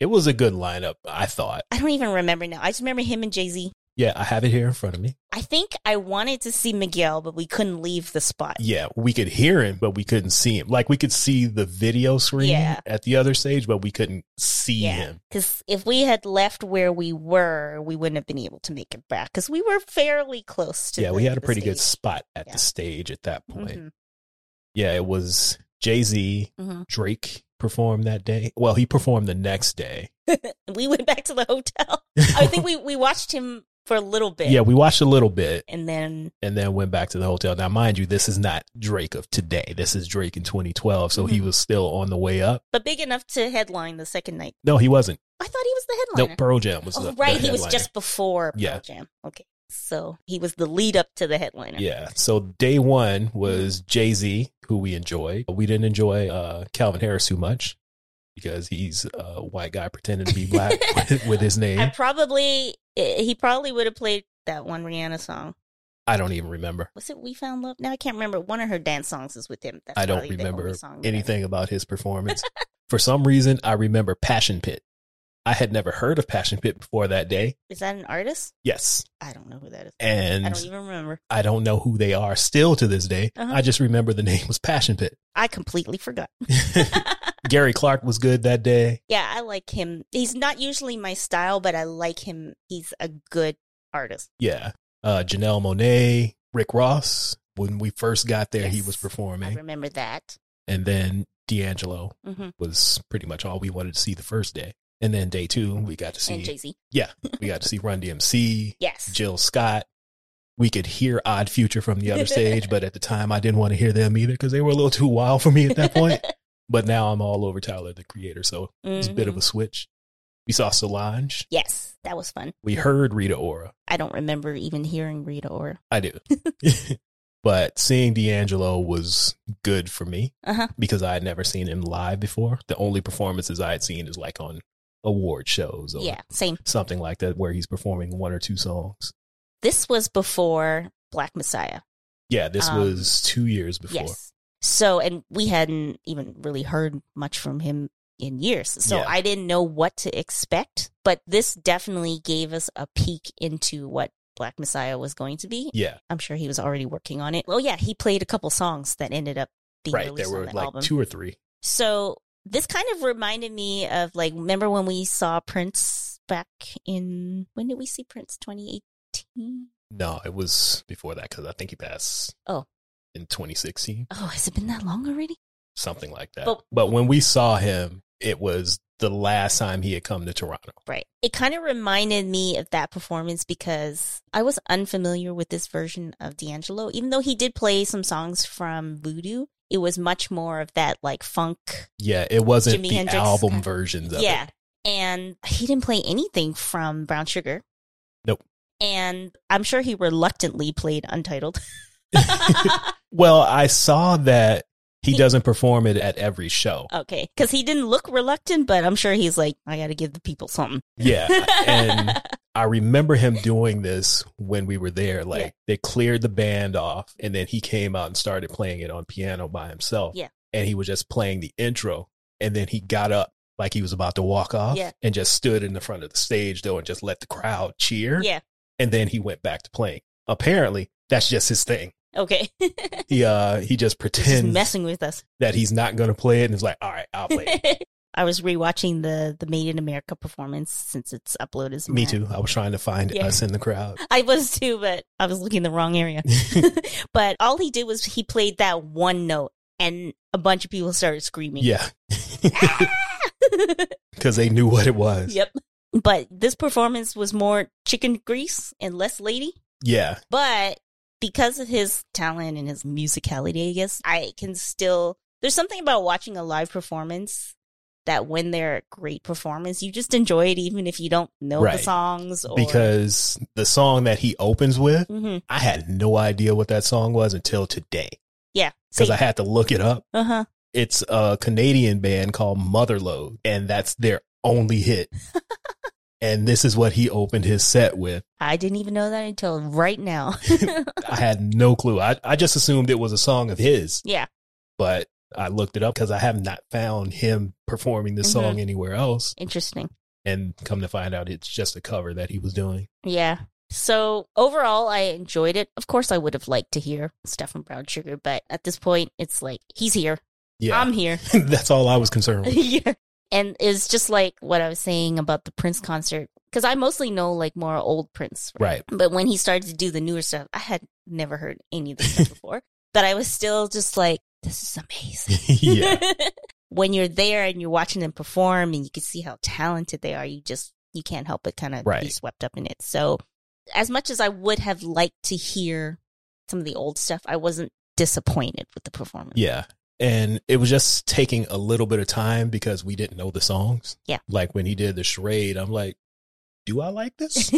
[SPEAKER 1] It was a good lineup, I thought.
[SPEAKER 2] I don't even remember now. I just remember him and Jay Z.
[SPEAKER 1] Yeah, I have it here in front of me.
[SPEAKER 2] I think I wanted to see Miguel, but we couldn't leave the spot.
[SPEAKER 1] yeah, we could hear him, but we couldn't see him. Like we could see the video screen
[SPEAKER 2] Yeah.
[SPEAKER 1] at the other stage, but we couldn't see him.
[SPEAKER 2] because if we had left where we were, we wouldn't have been able to make it back because we were fairly close to.
[SPEAKER 1] Yeah,
[SPEAKER 2] the-
[SPEAKER 1] we had a
[SPEAKER 2] the
[SPEAKER 1] pretty good
[SPEAKER 2] stage.
[SPEAKER 1] spot at
[SPEAKER 2] Yeah.
[SPEAKER 1] the stage at that point.
[SPEAKER 2] Mhm,
[SPEAKER 1] Yeah, it was Jay Z,
[SPEAKER 2] mhm.
[SPEAKER 1] Drake performed that day. Well, he performed the next day.
[SPEAKER 2] mm-hmm. We went back to the hotel. I think we, we watched him for a little bit.
[SPEAKER 1] yeah, we watched a little bit
[SPEAKER 2] And then,
[SPEAKER 1] and then went back to the hotel. Now, mind you, this is not Drake of today. This is Drake in 2012, so he
[SPEAKER 2] Mhm.
[SPEAKER 1] was still on the way up.
[SPEAKER 2] but big enough to headline the second night.
[SPEAKER 1] No, he wasn't.
[SPEAKER 2] I thought he was the
[SPEAKER 1] No,
[SPEAKER 2] headliner.
[SPEAKER 1] Pearl Jam was
[SPEAKER 2] oh,
[SPEAKER 1] the, the
[SPEAKER 2] right. He was
[SPEAKER 1] headliner.
[SPEAKER 2] just before Pearl
[SPEAKER 1] Yeah.
[SPEAKER 2] Jam. Okay. So he was the lead up to the headliner.
[SPEAKER 1] Yeah. So day one was Jay Z, who we enjoyed. We didn't enjoy uh, Calvin Harris too much because he's a white guy pretending to be black with, with his
[SPEAKER 2] I
[SPEAKER 1] name.
[SPEAKER 2] probably, eh, he probably would have played that one Rihanna song.
[SPEAKER 1] I don't even remember
[SPEAKER 2] Was it We Found Love? Now I can't remember. One of her dance songs is with him. That's
[SPEAKER 1] I don't
[SPEAKER 2] probably the
[SPEAKER 1] remember
[SPEAKER 2] only song that I-
[SPEAKER 1] anything about his performance. For some reason, I remember Passion Pit. I had never heard of Passion Pit before that day.
[SPEAKER 2] Is that an artist?
[SPEAKER 1] Yes.
[SPEAKER 2] I don't know who that is.
[SPEAKER 1] And
[SPEAKER 2] I don't even remember.
[SPEAKER 1] know who they are still to this day.
[SPEAKER 2] Uh-huh.
[SPEAKER 1] I just remember the name was Passion Pit.
[SPEAKER 2] I completely forgot.
[SPEAKER 1] Gary Clark was good that day.
[SPEAKER 2] Yeah, I like him. He's not usually my style, but I like him. He's a good artist.
[SPEAKER 1] Yeah. Uh, Janelle Monet, Rick Ross. When we first got there, he
[SPEAKER 2] Yes.
[SPEAKER 1] was
[SPEAKER 2] I
[SPEAKER 1] performing.
[SPEAKER 2] remember that.
[SPEAKER 1] And then D'Angelo
[SPEAKER 2] hmm
[SPEAKER 1] was pretty much all we wanted to see the first day. And then day two, we got to see
[SPEAKER 2] and Jay Z.
[SPEAKER 1] yeah, we got to see Run DMC,
[SPEAKER 2] Yes.
[SPEAKER 1] Jill Scott. We could hear Odd Future from the other stage, but at the time I didn't want to hear them either because they were a little too wild for me at that point. but now I'm all over Tyler the Creator, so it's a bit of
[SPEAKER 2] Mhm.
[SPEAKER 1] a switch. We saw Solange.
[SPEAKER 2] Yes, that was fun.
[SPEAKER 1] We heard Rita Ora.
[SPEAKER 2] I don't remember even hearing Rita or.
[SPEAKER 1] I do. but seeing D'Angelo was good for me
[SPEAKER 2] Uh huh.
[SPEAKER 1] because I had never seen him live before. The only performances I had seen is like on award shows or
[SPEAKER 2] Yeah, same.
[SPEAKER 1] something like that where he's performing one or two songs.
[SPEAKER 2] This was before Black Messiah.
[SPEAKER 1] Yeah, this
[SPEAKER 2] Um,
[SPEAKER 1] was two years before.
[SPEAKER 2] Yes. So, and we hadn't even really heard much from him in years. So
[SPEAKER 1] Yeah.
[SPEAKER 2] I didn't know what to expect, but this definitely gave us a peek into what Black Messiah was going to be.
[SPEAKER 1] Yeah,
[SPEAKER 2] I'm sure he was already working on it. Well, yeah, he played a couple songs that ended up being
[SPEAKER 1] right.
[SPEAKER 2] released
[SPEAKER 1] There were
[SPEAKER 2] on that
[SPEAKER 1] like
[SPEAKER 2] album.
[SPEAKER 1] two or three.
[SPEAKER 2] So this kind of reminded me of like remember when we saw Prince back in when did we see Prince 2018?
[SPEAKER 1] No, it was before that because I think he passed.
[SPEAKER 2] Oh.
[SPEAKER 1] in 2016,
[SPEAKER 2] Oh, has it been that long already?
[SPEAKER 1] something like that.
[SPEAKER 2] But-
[SPEAKER 1] but when we saw him, it was the last time he had come to Toronto.
[SPEAKER 2] Right. It kind of reminded me of that performance because I was unfamiliar with this version of D'Angelo. Even though he did play some songs from Voodoo, it was much more of that like funk
[SPEAKER 1] Yeah, it wasn't
[SPEAKER 2] Jimi
[SPEAKER 1] the
[SPEAKER 2] Hendrix
[SPEAKER 1] album
[SPEAKER 2] kind-
[SPEAKER 1] versions of
[SPEAKER 2] yeah.
[SPEAKER 1] it.
[SPEAKER 2] And he didn't play anything from Brown Sugar.
[SPEAKER 1] Nope.
[SPEAKER 2] And I'm sure he reluctantly played Untitled.
[SPEAKER 1] Well, I saw that he
[SPEAKER 2] He-
[SPEAKER 1] doesn't perform it at every show.
[SPEAKER 2] okay. Because he didn't look reluctant, but I'm sure he's like, I got to give the people something.
[SPEAKER 1] Yeah, and I remember him doing this when we were there. Like
[SPEAKER 2] Yeah.
[SPEAKER 1] they cleared the band off, and then he came out and started playing it on piano by himself.
[SPEAKER 2] Yeah.
[SPEAKER 1] and he was just playing the intro, and then he got up like he was about to walk off,
[SPEAKER 2] Yeah.
[SPEAKER 1] and just stood in the front of the stage though, and just let the crowd cheer.
[SPEAKER 2] yeah.
[SPEAKER 1] and then he went back to playing. Apparently, that's just his thing.
[SPEAKER 2] Okay.
[SPEAKER 1] He uh he just
[SPEAKER 2] Just
[SPEAKER 1] pretends
[SPEAKER 2] messing with us.
[SPEAKER 1] that he's not going to play it, and is like, all right, I'll play. it.
[SPEAKER 2] I was rewatching the the Made in America performance since it's uploaded.
[SPEAKER 1] Me
[SPEAKER 2] somewhere.
[SPEAKER 1] too. I was trying to find
[SPEAKER 2] Yeah.
[SPEAKER 1] us in the crowd.
[SPEAKER 2] I was too, but I was looking the wrong area. but all he did was he played that one note, and a bunch of people started screaming.
[SPEAKER 1] Yeah, because they knew what it was.
[SPEAKER 2] yep. But this performance was more chicken grease and less lady.
[SPEAKER 1] Yeah,
[SPEAKER 2] But because of his talent and his musicality, I guess, I can still. There's something about watching a live performance that when they're a great performance, you just enjoy it even if you don't know
[SPEAKER 1] Right.
[SPEAKER 2] the songs. Or,
[SPEAKER 1] because the song that he opens with,
[SPEAKER 2] Mhm.
[SPEAKER 1] I had no idea what that song was until today
[SPEAKER 2] Yeah.
[SPEAKER 1] because I had to look it up.
[SPEAKER 2] Uh huh.
[SPEAKER 1] It's a Canadian band called Motherlode, and that's their only hit. and this is what he opened his set with.
[SPEAKER 2] I didn't even know that until right now.
[SPEAKER 1] I had no clue. I, I just assumed it was a song of his,
[SPEAKER 2] yeah.
[SPEAKER 1] but I looked it up because I have not found him performing this
[SPEAKER 2] Mhm.
[SPEAKER 1] song anywhere else.
[SPEAKER 2] Interesting.
[SPEAKER 1] And come to find out, it's just a cover that he was doing.
[SPEAKER 2] Yeah. So overall, I enjoyed it. Of course, I would have liked to hear stuff from Brown Sugar, but at this point, it's like he's here.
[SPEAKER 1] Yeah.
[SPEAKER 2] I'm here.
[SPEAKER 1] that's all I was concerned with.
[SPEAKER 2] yeah. And it's just like what I was saying about the Prince concert, because I mostly know like more old Prince.
[SPEAKER 1] Right.
[SPEAKER 2] But when he started to do the newer stuff, I had never heard any of this stuff before. But I was still just like, this is amazing.
[SPEAKER 1] yeah.
[SPEAKER 2] when you're there and you're watching them perform and you can see how talented they are, you just you can't help but kind of be
[SPEAKER 1] Right.
[SPEAKER 2] swept up in it. So as much as I would have liked to hear some of the old stuff, I wasn't disappointed with the performance.
[SPEAKER 1] Yeah. And it was just taking a little bit of time because we didn't know the songs.
[SPEAKER 2] Yeah.
[SPEAKER 1] Like when he did the charade, I'm like, do I like this?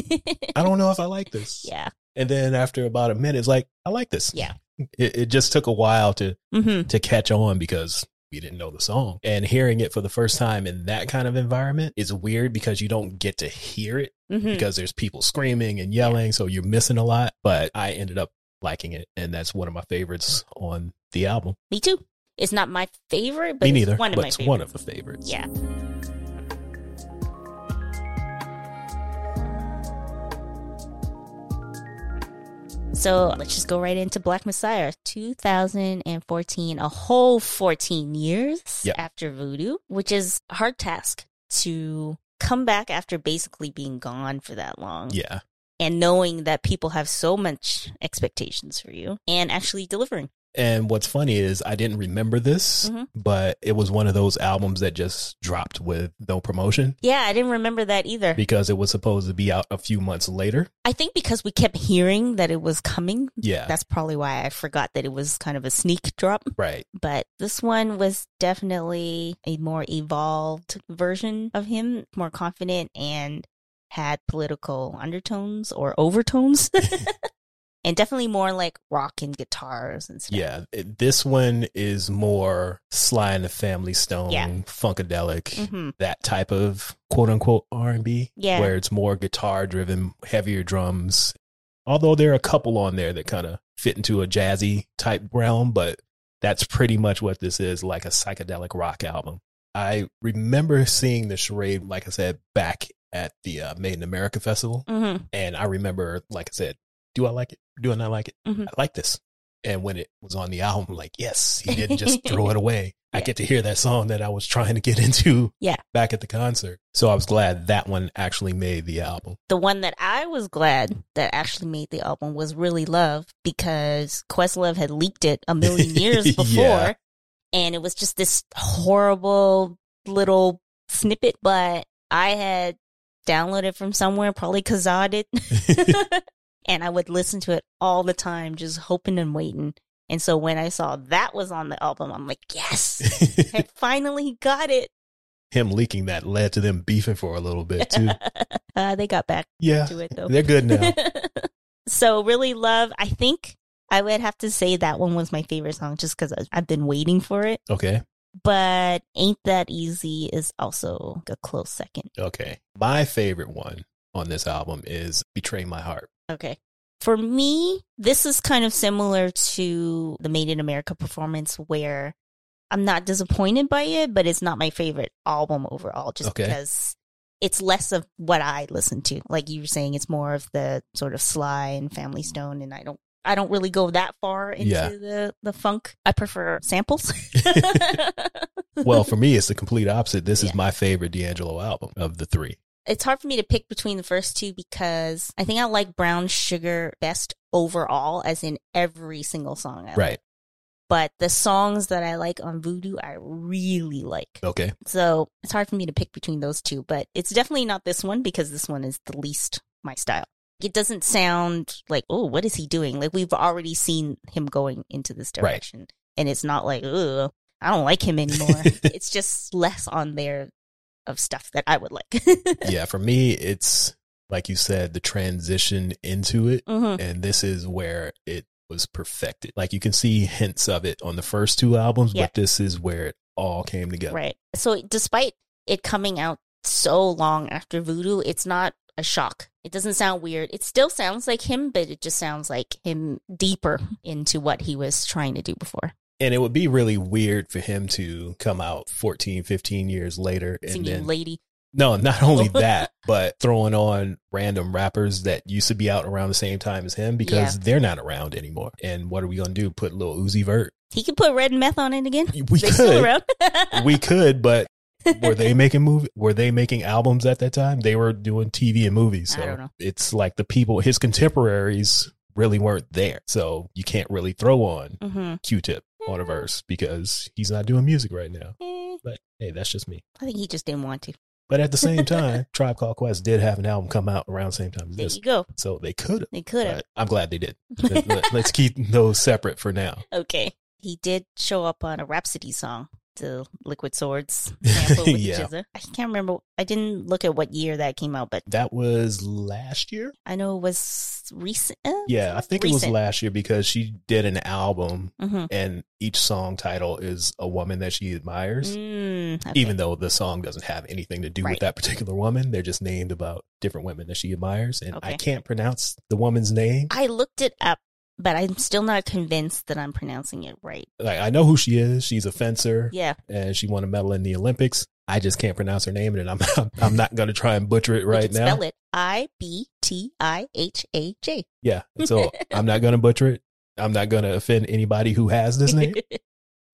[SPEAKER 1] I don't know if I like this.
[SPEAKER 2] yeah.
[SPEAKER 1] And then after about a minute, it's like, I like this.
[SPEAKER 2] Yeah.
[SPEAKER 1] It, it just took a while to,
[SPEAKER 2] Mhm.
[SPEAKER 1] to catch on because we didn't know the song. And hearing it for the first time in that kind of environment is weird because you don't get to hear it
[SPEAKER 2] Mhm.
[SPEAKER 1] because there's people screaming and yelling. So you're missing a lot. But I ended up liking it. And that's one of my favorites on the album.
[SPEAKER 2] Me too. It's not my favorite, but
[SPEAKER 1] Me
[SPEAKER 2] it's
[SPEAKER 1] neither.
[SPEAKER 2] one of
[SPEAKER 1] but
[SPEAKER 2] my
[SPEAKER 1] it's
[SPEAKER 2] favorites.
[SPEAKER 1] one of the favorites.
[SPEAKER 2] yeah. So let's just go right into Black Messiah. 2014, a whole 14 years
[SPEAKER 1] Yeah.
[SPEAKER 2] after Voodoo, which is a hard task to come back after basically being gone for that long
[SPEAKER 1] Yeah.
[SPEAKER 2] and knowing that people have so much expectations for you and actually delivering.
[SPEAKER 1] And what's funny is I didn't remember this,
[SPEAKER 2] Mhm.
[SPEAKER 1] but it was one of those albums that just dropped with no promotion
[SPEAKER 2] Yeah, I didn't remember that either.
[SPEAKER 1] because it was supposed to be out a few months later.
[SPEAKER 2] I think because we kept hearing that it was coming,
[SPEAKER 1] Yeah.
[SPEAKER 2] that's probably why I forgot that it was kind of a sneak drop.
[SPEAKER 1] right.
[SPEAKER 2] But this one was definitely a more evolved version of him, more confident and had political undertones or overtones. and definitely more like rock and guitars and stuff.
[SPEAKER 1] Yeah. It- this one is more Sly and the Family Stone,
[SPEAKER 2] Yeah.
[SPEAKER 1] funkadelic.
[SPEAKER 2] hmm
[SPEAKER 1] That type of quote unquote R and B,
[SPEAKER 2] Yeah.
[SPEAKER 1] where it's more guitar driven, heavier drums. Although there are a couple on there that kind of fit into a jazzy type realm, but that's pretty much what this is, like a psychedelic rock album. I remember seeing the charade, like I said, back at the uh, Made in America festival,
[SPEAKER 2] hmm
[SPEAKER 1] and I remember, like I said, do I like it? Do I not like it?
[SPEAKER 2] Mhm.
[SPEAKER 1] I like this. And when it was on the album, like, yes, he didn't just throw it away. I
[SPEAKER 2] Yeah.
[SPEAKER 1] get to hear that song that I was trying to get into
[SPEAKER 2] Yeah.
[SPEAKER 1] back at the concert. So I was glad that one actually made the album.
[SPEAKER 2] the one that I was glad that actually made the album was Really Love because Questlove had leaked it a million years
[SPEAKER 1] Yeah.
[SPEAKER 2] before. And it was just this horrible little snippet, but I had downloaded from somewhere, probably Kazad it. and I would listen to it all the time, just hoping and waiting. And so when I saw that was on the album, I'm like, yes, I finally got it.
[SPEAKER 1] Him leaking that led to them beefing for a little bit too.
[SPEAKER 2] Uh, they got back
[SPEAKER 1] Yeah.
[SPEAKER 2] to it though.
[SPEAKER 1] They're good now.
[SPEAKER 2] so really love i think i would have to say that one was my favorite song just because i've been waiting for it
[SPEAKER 1] Okay.
[SPEAKER 2] but ain't that easy is also a close second
[SPEAKER 1] Okay. My favorite one on this album is Betray My Heart.
[SPEAKER 2] okay for me this is kind of similar to the made in america performance where i'm not disappointed by it but it's not my favorite album overall just
[SPEAKER 1] Okay.
[SPEAKER 2] because it's less of what i listen to like you were saying it's more of the sort of sly and family stone and i don't I don't really go that far into
[SPEAKER 1] Yeah.
[SPEAKER 2] the, the funk. I prefer samples.
[SPEAKER 1] Well, for me, it's the complete opposite. This
[SPEAKER 2] Yeah.
[SPEAKER 1] is my favorite D'Angelo album of the three.
[SPEAKER 2] it's hard for me to pick between the first two because I think I like Brown Sugar best overall, as in every single song. I like.
[SPEAKER 1] Right.
[SPEAKER 2] But the songs that I like on Voodoo, I really like.
[SPEAKER 1] Okay.
[SPEAKER 2] So it's hard for me to pick between those two, but it's definitely not this one because this one is the least my style. It doesn't sound like, oh, what is he doing? Like we've already seen him going into this
[SPEAKER 1] Right.
[SPEAKER 2] direction. And it's not like, oh, I don't like him anymore. it's just less on there of stuff that I would like.
[SPEAKER 1] yeah, for me, it's like you said, the transition into it.
[SPEAKER 2] hmm
[SPEAKER 1] And this is where it was perfected. Like you can see hints of it on the first two albums,
[SPEAKER 2] Yeah.
[SPEAKER 1] but this is where it all came together.
[SPEAKER 2] Right. So despite it coming out so long after Voodoo, it's not a shock. It doesn't sound weird. It still sounds like him, but it just sounds like him deeper into what he was trying to do before.
[SPEAKER 1] And it would be really weird for him to come out 14, 15 years later. And
[SPEAKER 2] Singing
[SPEAKER 1] then,
[SPEAKER 2] Lady.
[SPEAKER 1] no, not only
[SPEAKER 2] Oh.
[SPEAKER 1] that, but throwing on random rappers that used to be out around the same time as him because they're not around anymore. And what are we going to do? Put little Uzi Vert?
[SPEAKER 2] He could put red meth on it again.
[SPEAKER 1] We
[SPEAKER 2] They're still
[SPEAKER 1] could.
[SPEAKER 2] around.
[SPEAKER 1] We could, but were they making movie were they making albums at that time they were doing tv and movies so
[SPEAKER 2] I don't know.
[SPEAKER 1] it's like the people his contemporaries really weren't there so you can't really throw on
[SPEAKER 2] hmm
[SPEAKER 1] q-tip on a verse because he's not doing music right now but hey that's just me
[SPEAKER 2] Eh, I think he just didn't want to.
[SPEAKER 1] but at the same time tribe called quest did have an album come out around the same time as
[SPEAKER 2] There
[SPEAKER 1] this
[SPEAKER 2] you go.
[SPEAKER 1] so they could
[SPEAKER 2] They could have.
[SPEAKER 1] have i'm glad they did Let- let- let's keep those separate for now
[SPEAKER 2] Okay. He did show up on a Rhapsody song, the Liquid Swords sample with
[SPEAKER 1] Yeah.
[SPEAKER 2] each other. I can't remember. I didn't look at what year that came out, but
[SPEAKER 1] that was last year
[SPEAKER 2] I know it was recent. uh,
[SPEAKER 1] yeah i think it was
[SPEAKER 2] recent.
[SPEAKER 1] last year because she did an album
[SPEAKER 2] Mhm.
[SPEAKER 1] and each song title is a woman that she admires.
[SPEAKER 2] Mm, okay.
[SPEAKER 1] Even though the song doesn't have anything to do
[SPEAKER 2] Right.
[SPEAKER 1] with that particular woman, they're just named about different women that she admires. And I
[SPEAKER 2] Okay.
[SPEAKER 1] can't pronounce the woman's name.
[SPEAKER 2] I looked it up, but I'm still not convinced that I'm pronouncing it right.
[SPEAKER 1] Like I know who she is. She's a fencer,
[SPEAKER 2] Yeah.
[SPEAKER 1] and she won a medal in the Olympics. I just can't pronounce her name, and I'm I'm not going to try and butcher it
[SPEAKER 2] we
[SPEAKER 1] right
[SPEAKER 2] can
[SPEAKER 1] now.
[SPEAKER 2] Spell it I B T I H A J.
[SPEAKER 1] Yeah, so I'm not going to butcher it. I'm not going to offend anybody who has this name,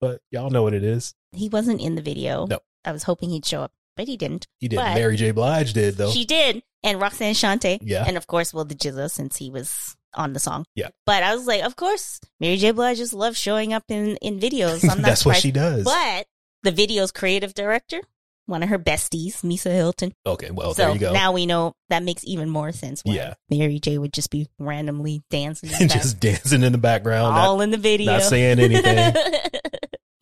[SPEAKER 1] but y'all know what it is.
[SPEAKER 2] He wasn't in the video.
[SPEAKER 1] No.
[SPEAKER 2] I was hoping he'd show up, but he didn't.
[SPEAKER 1] He did.
[SPEAKER 2] But-
[SPEAKER 1] not Mary J. Blige did though.
[SPEAKER 2] She did. And Roxanne Shante.
[SPEAKER 1] Yeah.
[SPEAKER 2] And of course, Will DeJizzo, since he was on the song.
[SPEAKER 1] Yeah.
[SPEAKER 2] But I was like, of course, Mary J. Blige just loves showing up in, in videos. I'm not
[SPEAKER 1] That's what
[SPEAKER 2] surprised.
[SPEAKER 1] she does.
[SPEAKER 2] But the video's creative director, one of her besties, Misa Hilton.
[SPEAKER 1] okay, well,
[SPEAKER 2] so
[SPEAKER 1] Oh, there you go.
[SPEAKER 2] now we know that makes even more sense. Why
[SPEAKER 1] Yeah.
[SPEAKER 2] Mary J would just be randomly dancing,
[SPEAKER 1] and just dancing in the background, not,
[SPEAKER 2] all in the video.
[SPEAKER 1] not saying anything.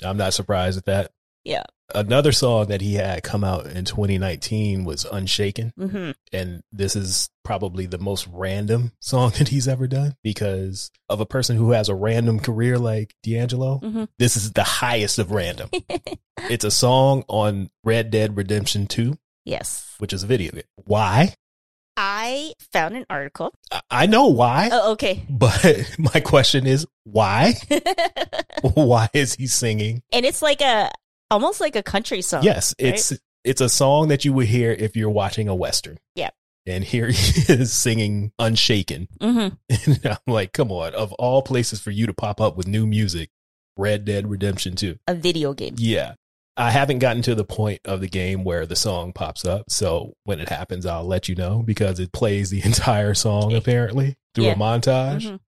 [SPEAKER 1] I'm not surprised at that.
[SPEAKER 2] Yeah.
[SPEAKER 1] Another song that he had come out in 2019 was Unshaken.
[SPEAKER 2] hmm
[SPEAKER 1] And this is probably the most random song that he's ever done because of a person who has a random career like D'Angelo.
[SPEAKER 2] Mhm.
[SPEAKER 1] This is the highest of random. it's a song on Red Dead Redemption 2,
[SPEAKER 2] Yes.
[SPEAKER 1] which is a video game. Why?
[SPEAKER 2] I found an article.
[SPEAKER 1] I- I know why,
[SPEAKER 2] Oh, okay.
[SPEAKER 1] but my question is why?
[SPEAKER 2] and
[SPEAKER 1] why is he singing
[SPEAKER 2] it's like a almost like a country song.
[SPEAKER 1] Yes,
[SPEAKER 2] right?
[SPEAKER 1] it's it's a song that you would hear if you're watching a western.
[SPEAKER 2] Yep.
[SPEAKER 1] And here he is singing "Unshaken,"
[SPEAKER 2] hmm
[SPEAKER 1] and I'm like, "Come on!" Of all places for you to pop up with new music, Red Dead Redemption 2.
[SPEAKER 2] A video game.
[SPEAKER 1] Yeah, I haven't gotten to the point of the game where the song pops up, so when it happens, I'll let you know because it plays the entire song apparently through
[SPEAKER 2] Yeah.
[SPEAKER 1] a montage.
[SPEAKER 2] Mhm.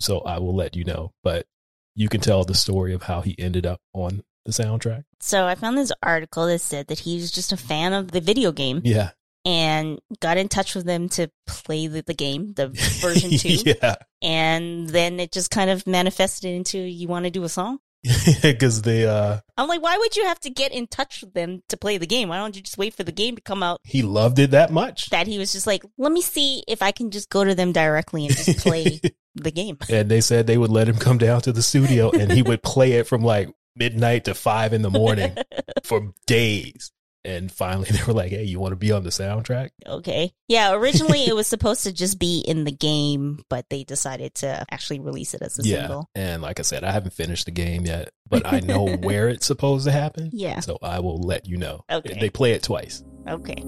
[SPEAKER 1] So I will let you know, but you can tell the story of how he ended up on the soundtrack.
[SPEAKER 2] So I found this article that said that he was just a fan of the video game
[SPEAKER 1] Yeah,
[SPEAKER 2] and got in touch with them to play the, the game, the version two,
[SPEAKER 1] yeah.
[SPEAKER 2] and then it just kind of manifested into you want to do a song.
[SPEAKER 1] because the uh
[SPEAKER 2] I'm like, why would you have to get in touch with them to play the game? Why don't you just wait for the game to come out?
[SPEAKER 1] he loved it that much
[SPEAKER 2] That he was just like, let me see if I can just go to them directly and just play the game.
[SPEAKER 1] and they said they would let him come down to the studio and he would play it from like midnight to five in the morning for days and finally they were like hey you want to be on the soundtrack
[SPEAKER 2] okay. Yeah, originally it was supposed to just be in the game, but they decided to actually release it as a single.
[SPEAKER 1] and like i said i haven't finished the game yet but i know where it's supposed to happen
[SPEAKER 2] Yeah.
[SPEAKER 1] so i will let you know
[SPEAKER 2] Okay.
[SPEAKER 1] they play it twice
[SPEAKER 2] Okay.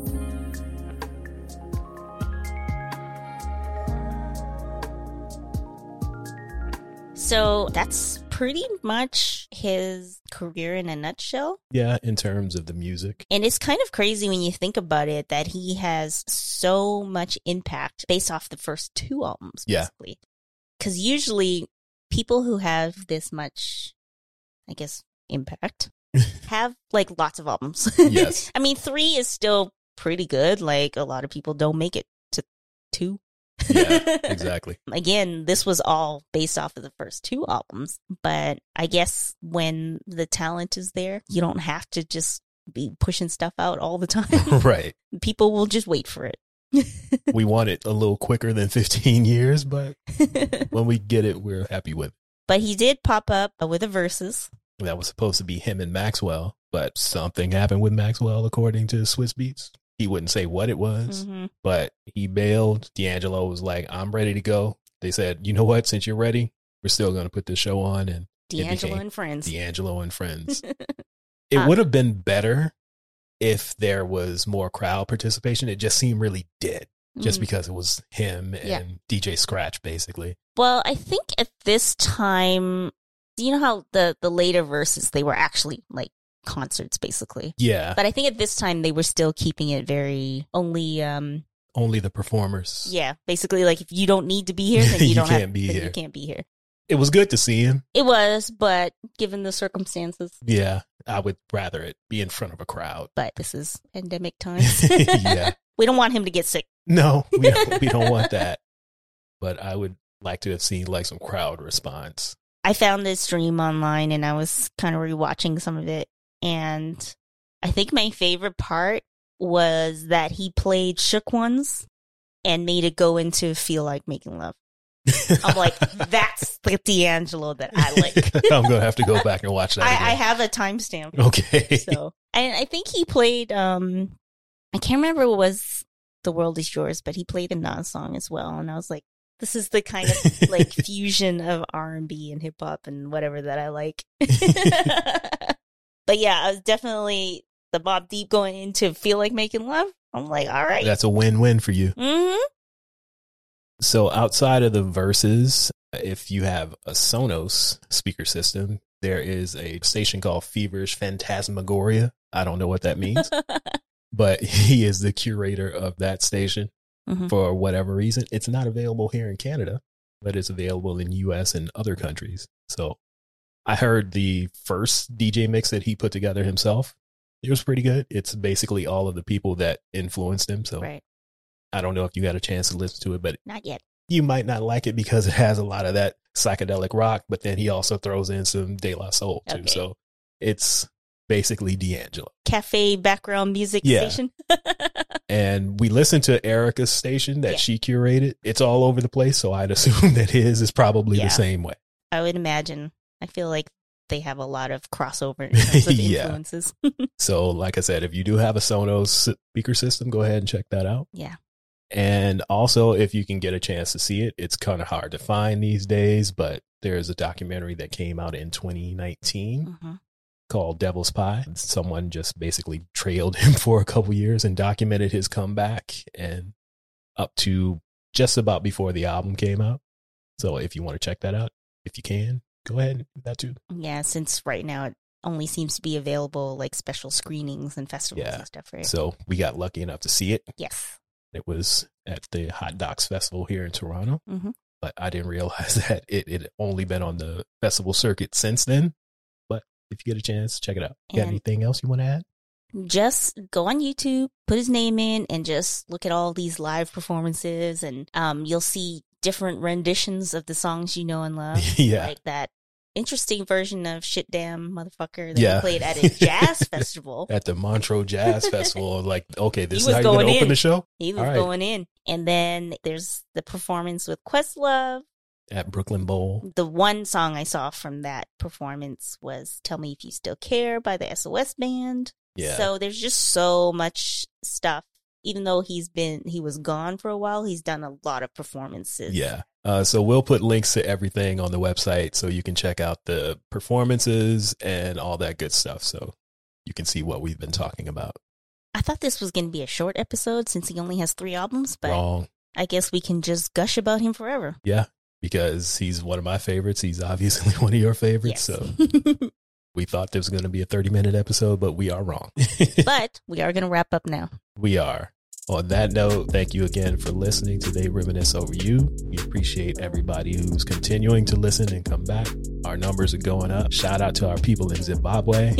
[SPEAKER 2] So that's pretty much his career in a nutshell.
[SPEAKER 1] yeah in terms of the music
[SPEAKER 2] And it's kind of crazy when you think about it that he has so much impact based off the first two albums,
[SPEAKER 1] Yeah.
[SPEAKER 2] basically. Because usually people who have this much, I guess, impact have like lots of albums.
[SPEAKER 1] Yes.
[SPEAKER 2] I mean, three is still pretty good. Like a lot of people don't make it to two.
[SPEAKER 1] yeah exactly
[SPEAKER 2] Again, this was all based off of the first two albums, but I guess when the talent is there, you don't have to just be pushing stuff out all the time.
[SPEAKER 1] right
[SPEAKER 2] People will just wait for
[SPEAKER 1] we want it a little quicker than 15 years but
[SPEAKER 2] it.
[SPEAKER 1] when we get it we're happy with it.
[SPEAKER 2] but he did pop up with the verses.
[SPEAKER 1] that was supposed to be him and Maxwell, but something happened with Maxwell, according to Swiss Beats. He wouldn't say what it was,
[SPEAKER 2] Mhm.
[SPEAKER 1] but he bailed. D'Angelo was like, I'm ready to go. They said, you know what? Since you're ready, we're still going to put this show on. And
[SPEAKER 2] D'Angelo
[SPEAKER 1] became
[SPEAKER 2] and Friends.
[SPEAKER 1] D'Angelo and friends. it
[SPEAKER 2] Uh.
[SPEAKER 1] would have been better if there was more crowd participation. It just seemed really dead just
[SPEAKER 2] Mhm.
[SPEAKER 1] because it was him and
[SPEAKER 2] Yeah.
[SPEAKER 1] DJ Scratch, basically.
[SPEAKER 2] Well, I think at this time, you know how the the later verses they were actually like concerts basically.
[SPEAKER 1] Yeah.
[SPEAKER 2] But I think at this time they were still keeping it very only um
[SPEAKER 1] only the performers.
[SPEAKER 2] yeah, basically like if you don't need to be here then you,
[SPEAKER 1] You
[SPEAKER 2] don't have-
[SPEAKER 1] can't be
[SPEAKER 2] then
[SPEAKER 1] here.
[SPEAKER 2] You can't be here.
[SPEAKER 1] It was good to see him.
[SPEAKER 2] It was, but given the circumstances,
[SPEAKER 1] Yeah, I would rather it be in front of a crowd.
[SPEAKER 2] but this is pandemic times.
[SPEAKER 1] Yeah.
[SPEAKER 2] We don't want him to get sick.
[SPEAKER 1] No, we don't, we don't want that. But I would like to have seen like some crowd response.
[SPEAKER 2] I found this stream online and I was kind of rewatching some of it. And I think my favorite part was that he played Shook Ones and made it go into Feel Like Making Love. I'm like, that's the D'Angelo that I like.
[SPEAKER 1] I'm gonna have to go back and watch that.
[SPEAKER 2] I, I
[SPEAKER 1] again.
[SPEAKER 2] have a timestamp.
[SPEAKER 1] okay.
[SPEAKER 2] So, and I think he played, um, I can't remember what was The World Is Yours, but he played a Nas song as well. And I was like, this is the kind of like fusion of R and B and hip hop and whatever that I like. but yeah, I was definitely the Bob Deep going into feel like making love. I'm like, all right.
[SPEAKER 1] that's a win-win for you.
[SPEAKER 2] Mhm.
[SPEAKER 1] So outside of the verses, if you have a Sonos speaker system, there is a station called Feverish Phantasmagoria. I don't know what that means, but he is the curator of that station
[SPEAKER 2] Mhm.
[SPEAKER 1] for whatever reason. It's not available here in Canada, but it's available in US and other countries. So I heard the first DJ mix that he put together himself. It was pretty good. It's basically all of the people that influenced him. So
[SPEAKER 2] Right.
[SPEAKER 1] I don't know if you got a chance to listen to it, but
[SPEAKER 2] Not yet.
[SPEAKER 1] you might not like it because it has a lot of that psychedelic rock, but then he also throws in some De La Soul too.
[SPEAKER 2] Okay.
[SPEAKER 1] So it's basically D'Angelo.
[SPEAKER 2] Cafe background music
[SPEAKER 1] Yeah.
[SPEAKER 2] station.
[SPEAKER 1] And we listened to Erica's station that
[SPEAKER 2] Yeah.
[SPEAKER 1] she curated. It's all over the place. So I'd assume that his is probably
[SPEAKER 2] Yeah.
[SPEAKER 1] the same way.
[SPEAKER 2] I would imagine. I feel like they have a lot of crossover in terms of
[SPEAKER 1] Yeah.
[SPEAKER 2] influences.
[SPEAKER 1] So, like I said, if you do have a Sonos speaker system, go ahead and check that out.
[SPEAKER 2] Yeah.
[SPEAKER 1] And also, if you can get a chance to see it, it's kind of hard to find these days, but there's a documentary that came out in 2019
[SPEAKER 2] Mhm.
[SPEAKER 1] called Devil's Pie. Someone just basically trailed him for a couple years and documented his comeback and up to just about before the album came out. So, if you want to check that out, if you can, go ahead and do that too.
[SPEAKER 2] Yeah, since right now it only seems to be available like special screenings and festivals
[SPEAKER 1] Yeah.
[SPEAKER 2] and stuff, right?
[SPEAKER 1] So, we got lucky enough to see it.
[SPEAKER 2] yes.
[SPEAKER 1] It was at the Hot Docs Festival here in Toronto,
[SPEAKER 2] Mhm.
[SPEAKER 1] but I didn't realize that it it had only been on the festival circuit since then. But if you get a chance, check it out. You got
[SPEAKER 2] And-
[SPEAKER 1] anything else you want to add?
[SPEAKER 2] Just go on YouTube, put his name in, and just look at all these live performances, and um, you'll see different renditions of the songs you know and love.
[SPEAKER 1] yeah,
[SPEAKER 2] Like that interesting version of Shit Damn Motherfucker that
[SPEAKER 1] Yeah.
[SPEAKER 2] he played at a jazz festival.
[SPEAKER 1] at the Montreux Jazz Festival, like okay, this
[SPEAKER 2] He
[SPEAKER 1] is
[SPEAKER 2] was
[SPEAKER 1] how you're going
[SPEAKER 2] going
[SPEAKER 1] to open
[SPEAKER 2] in.
[SPEAKER 1] the show
[SPEAKER 2] He was
[SPEAKER 1] All right.
[SPEAKER 2] going in. And then there's the performance with Questlove.
[SPEAKER 1] at Brooklyn Bowl.
[SPEAKER 2] The one song I saw from that performance was Tell Me If You Still Care by the SOS Band.
[SPEAKER 1] Yeah,
[SPEAKER 2] So there's just so much stuff. Even though he's been, he was gone for a while, he's done a lot of performances.
[SPEAKER 1] yeah. Uh, so we'll put links to everything on the website so you can check out the performances and all that good stuff. So you can see what we've been talking about.
[SPEAKER 2] I thought this was going to be a short episode since he only has three albums, but
[SPEAKER 1] Wrong.
[SPEAKER 2] I guess we can just gush about him forever.
[SPEAKER 1] because he's one of my favorites. He's obviously one of your
[SPEAKER 2] Yes.
[SPEAKER 1] favorites. So we thought there was going to be a 30 minute episode, but we are wrong.
[SPEAKER 2] but we are going to wrap up now.
[SPEAKER 1] we are. On that note, thank you again for listening to They Reminisce Over You. We appreciate everybody who's continuing to listen and come back. Our numbers are going up. Shout out to our people in Zimbabwe.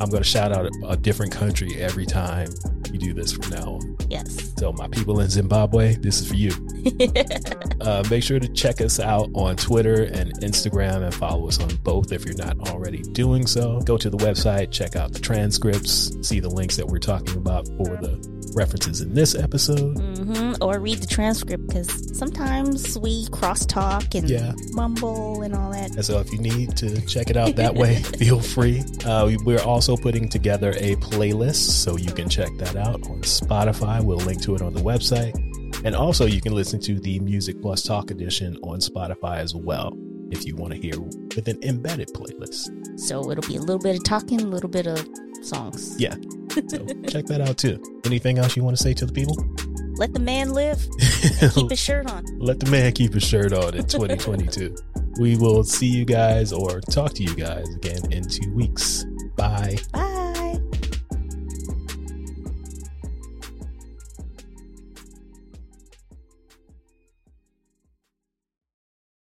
[SPEAKER 1] I'm going to shout out a- a different country every time we do this from now on.
[SPEAKER 2] yes.
[SPEAKER 1] So, my people in Zimbabwe, this is for you. Uh, make sure to check us out on Twitter and Instagram and follow us on both if you're not already doing so. Go to the website, check out the transcripts, see the links that we're talking about for the references in this episode.
[SPEAKER 2] hmm Or read the transcript because sometimes we crosstalk and
[SPEAKER 1] Yeah.
[SPEAKER 2] mumble and all that.
[SPEAKER 1] And so if you need to check it out that way, feel free. Uh, we- we're also putting together a playlist, so you can check that out on Spotify. We'll link to it on the website. And also, you can listen to the Music Plus Talk edition on Spotify as well if you want to hear with an embedded playlist.
[SPEAKER 2] So it'll be a little bit of talking, a little bit of songs.
[SPEAKER 1] Yeah. So check that out too. Anything else you want to say to the people?
[SPEAKER 2] Let the man live. Keep his shirt on.
[SPEAKER 1] Let the man keep his shirt on in 2022. we will see you guys or talk to you guys again in two weeks. Bye.
[SPEAKER 2] Bye.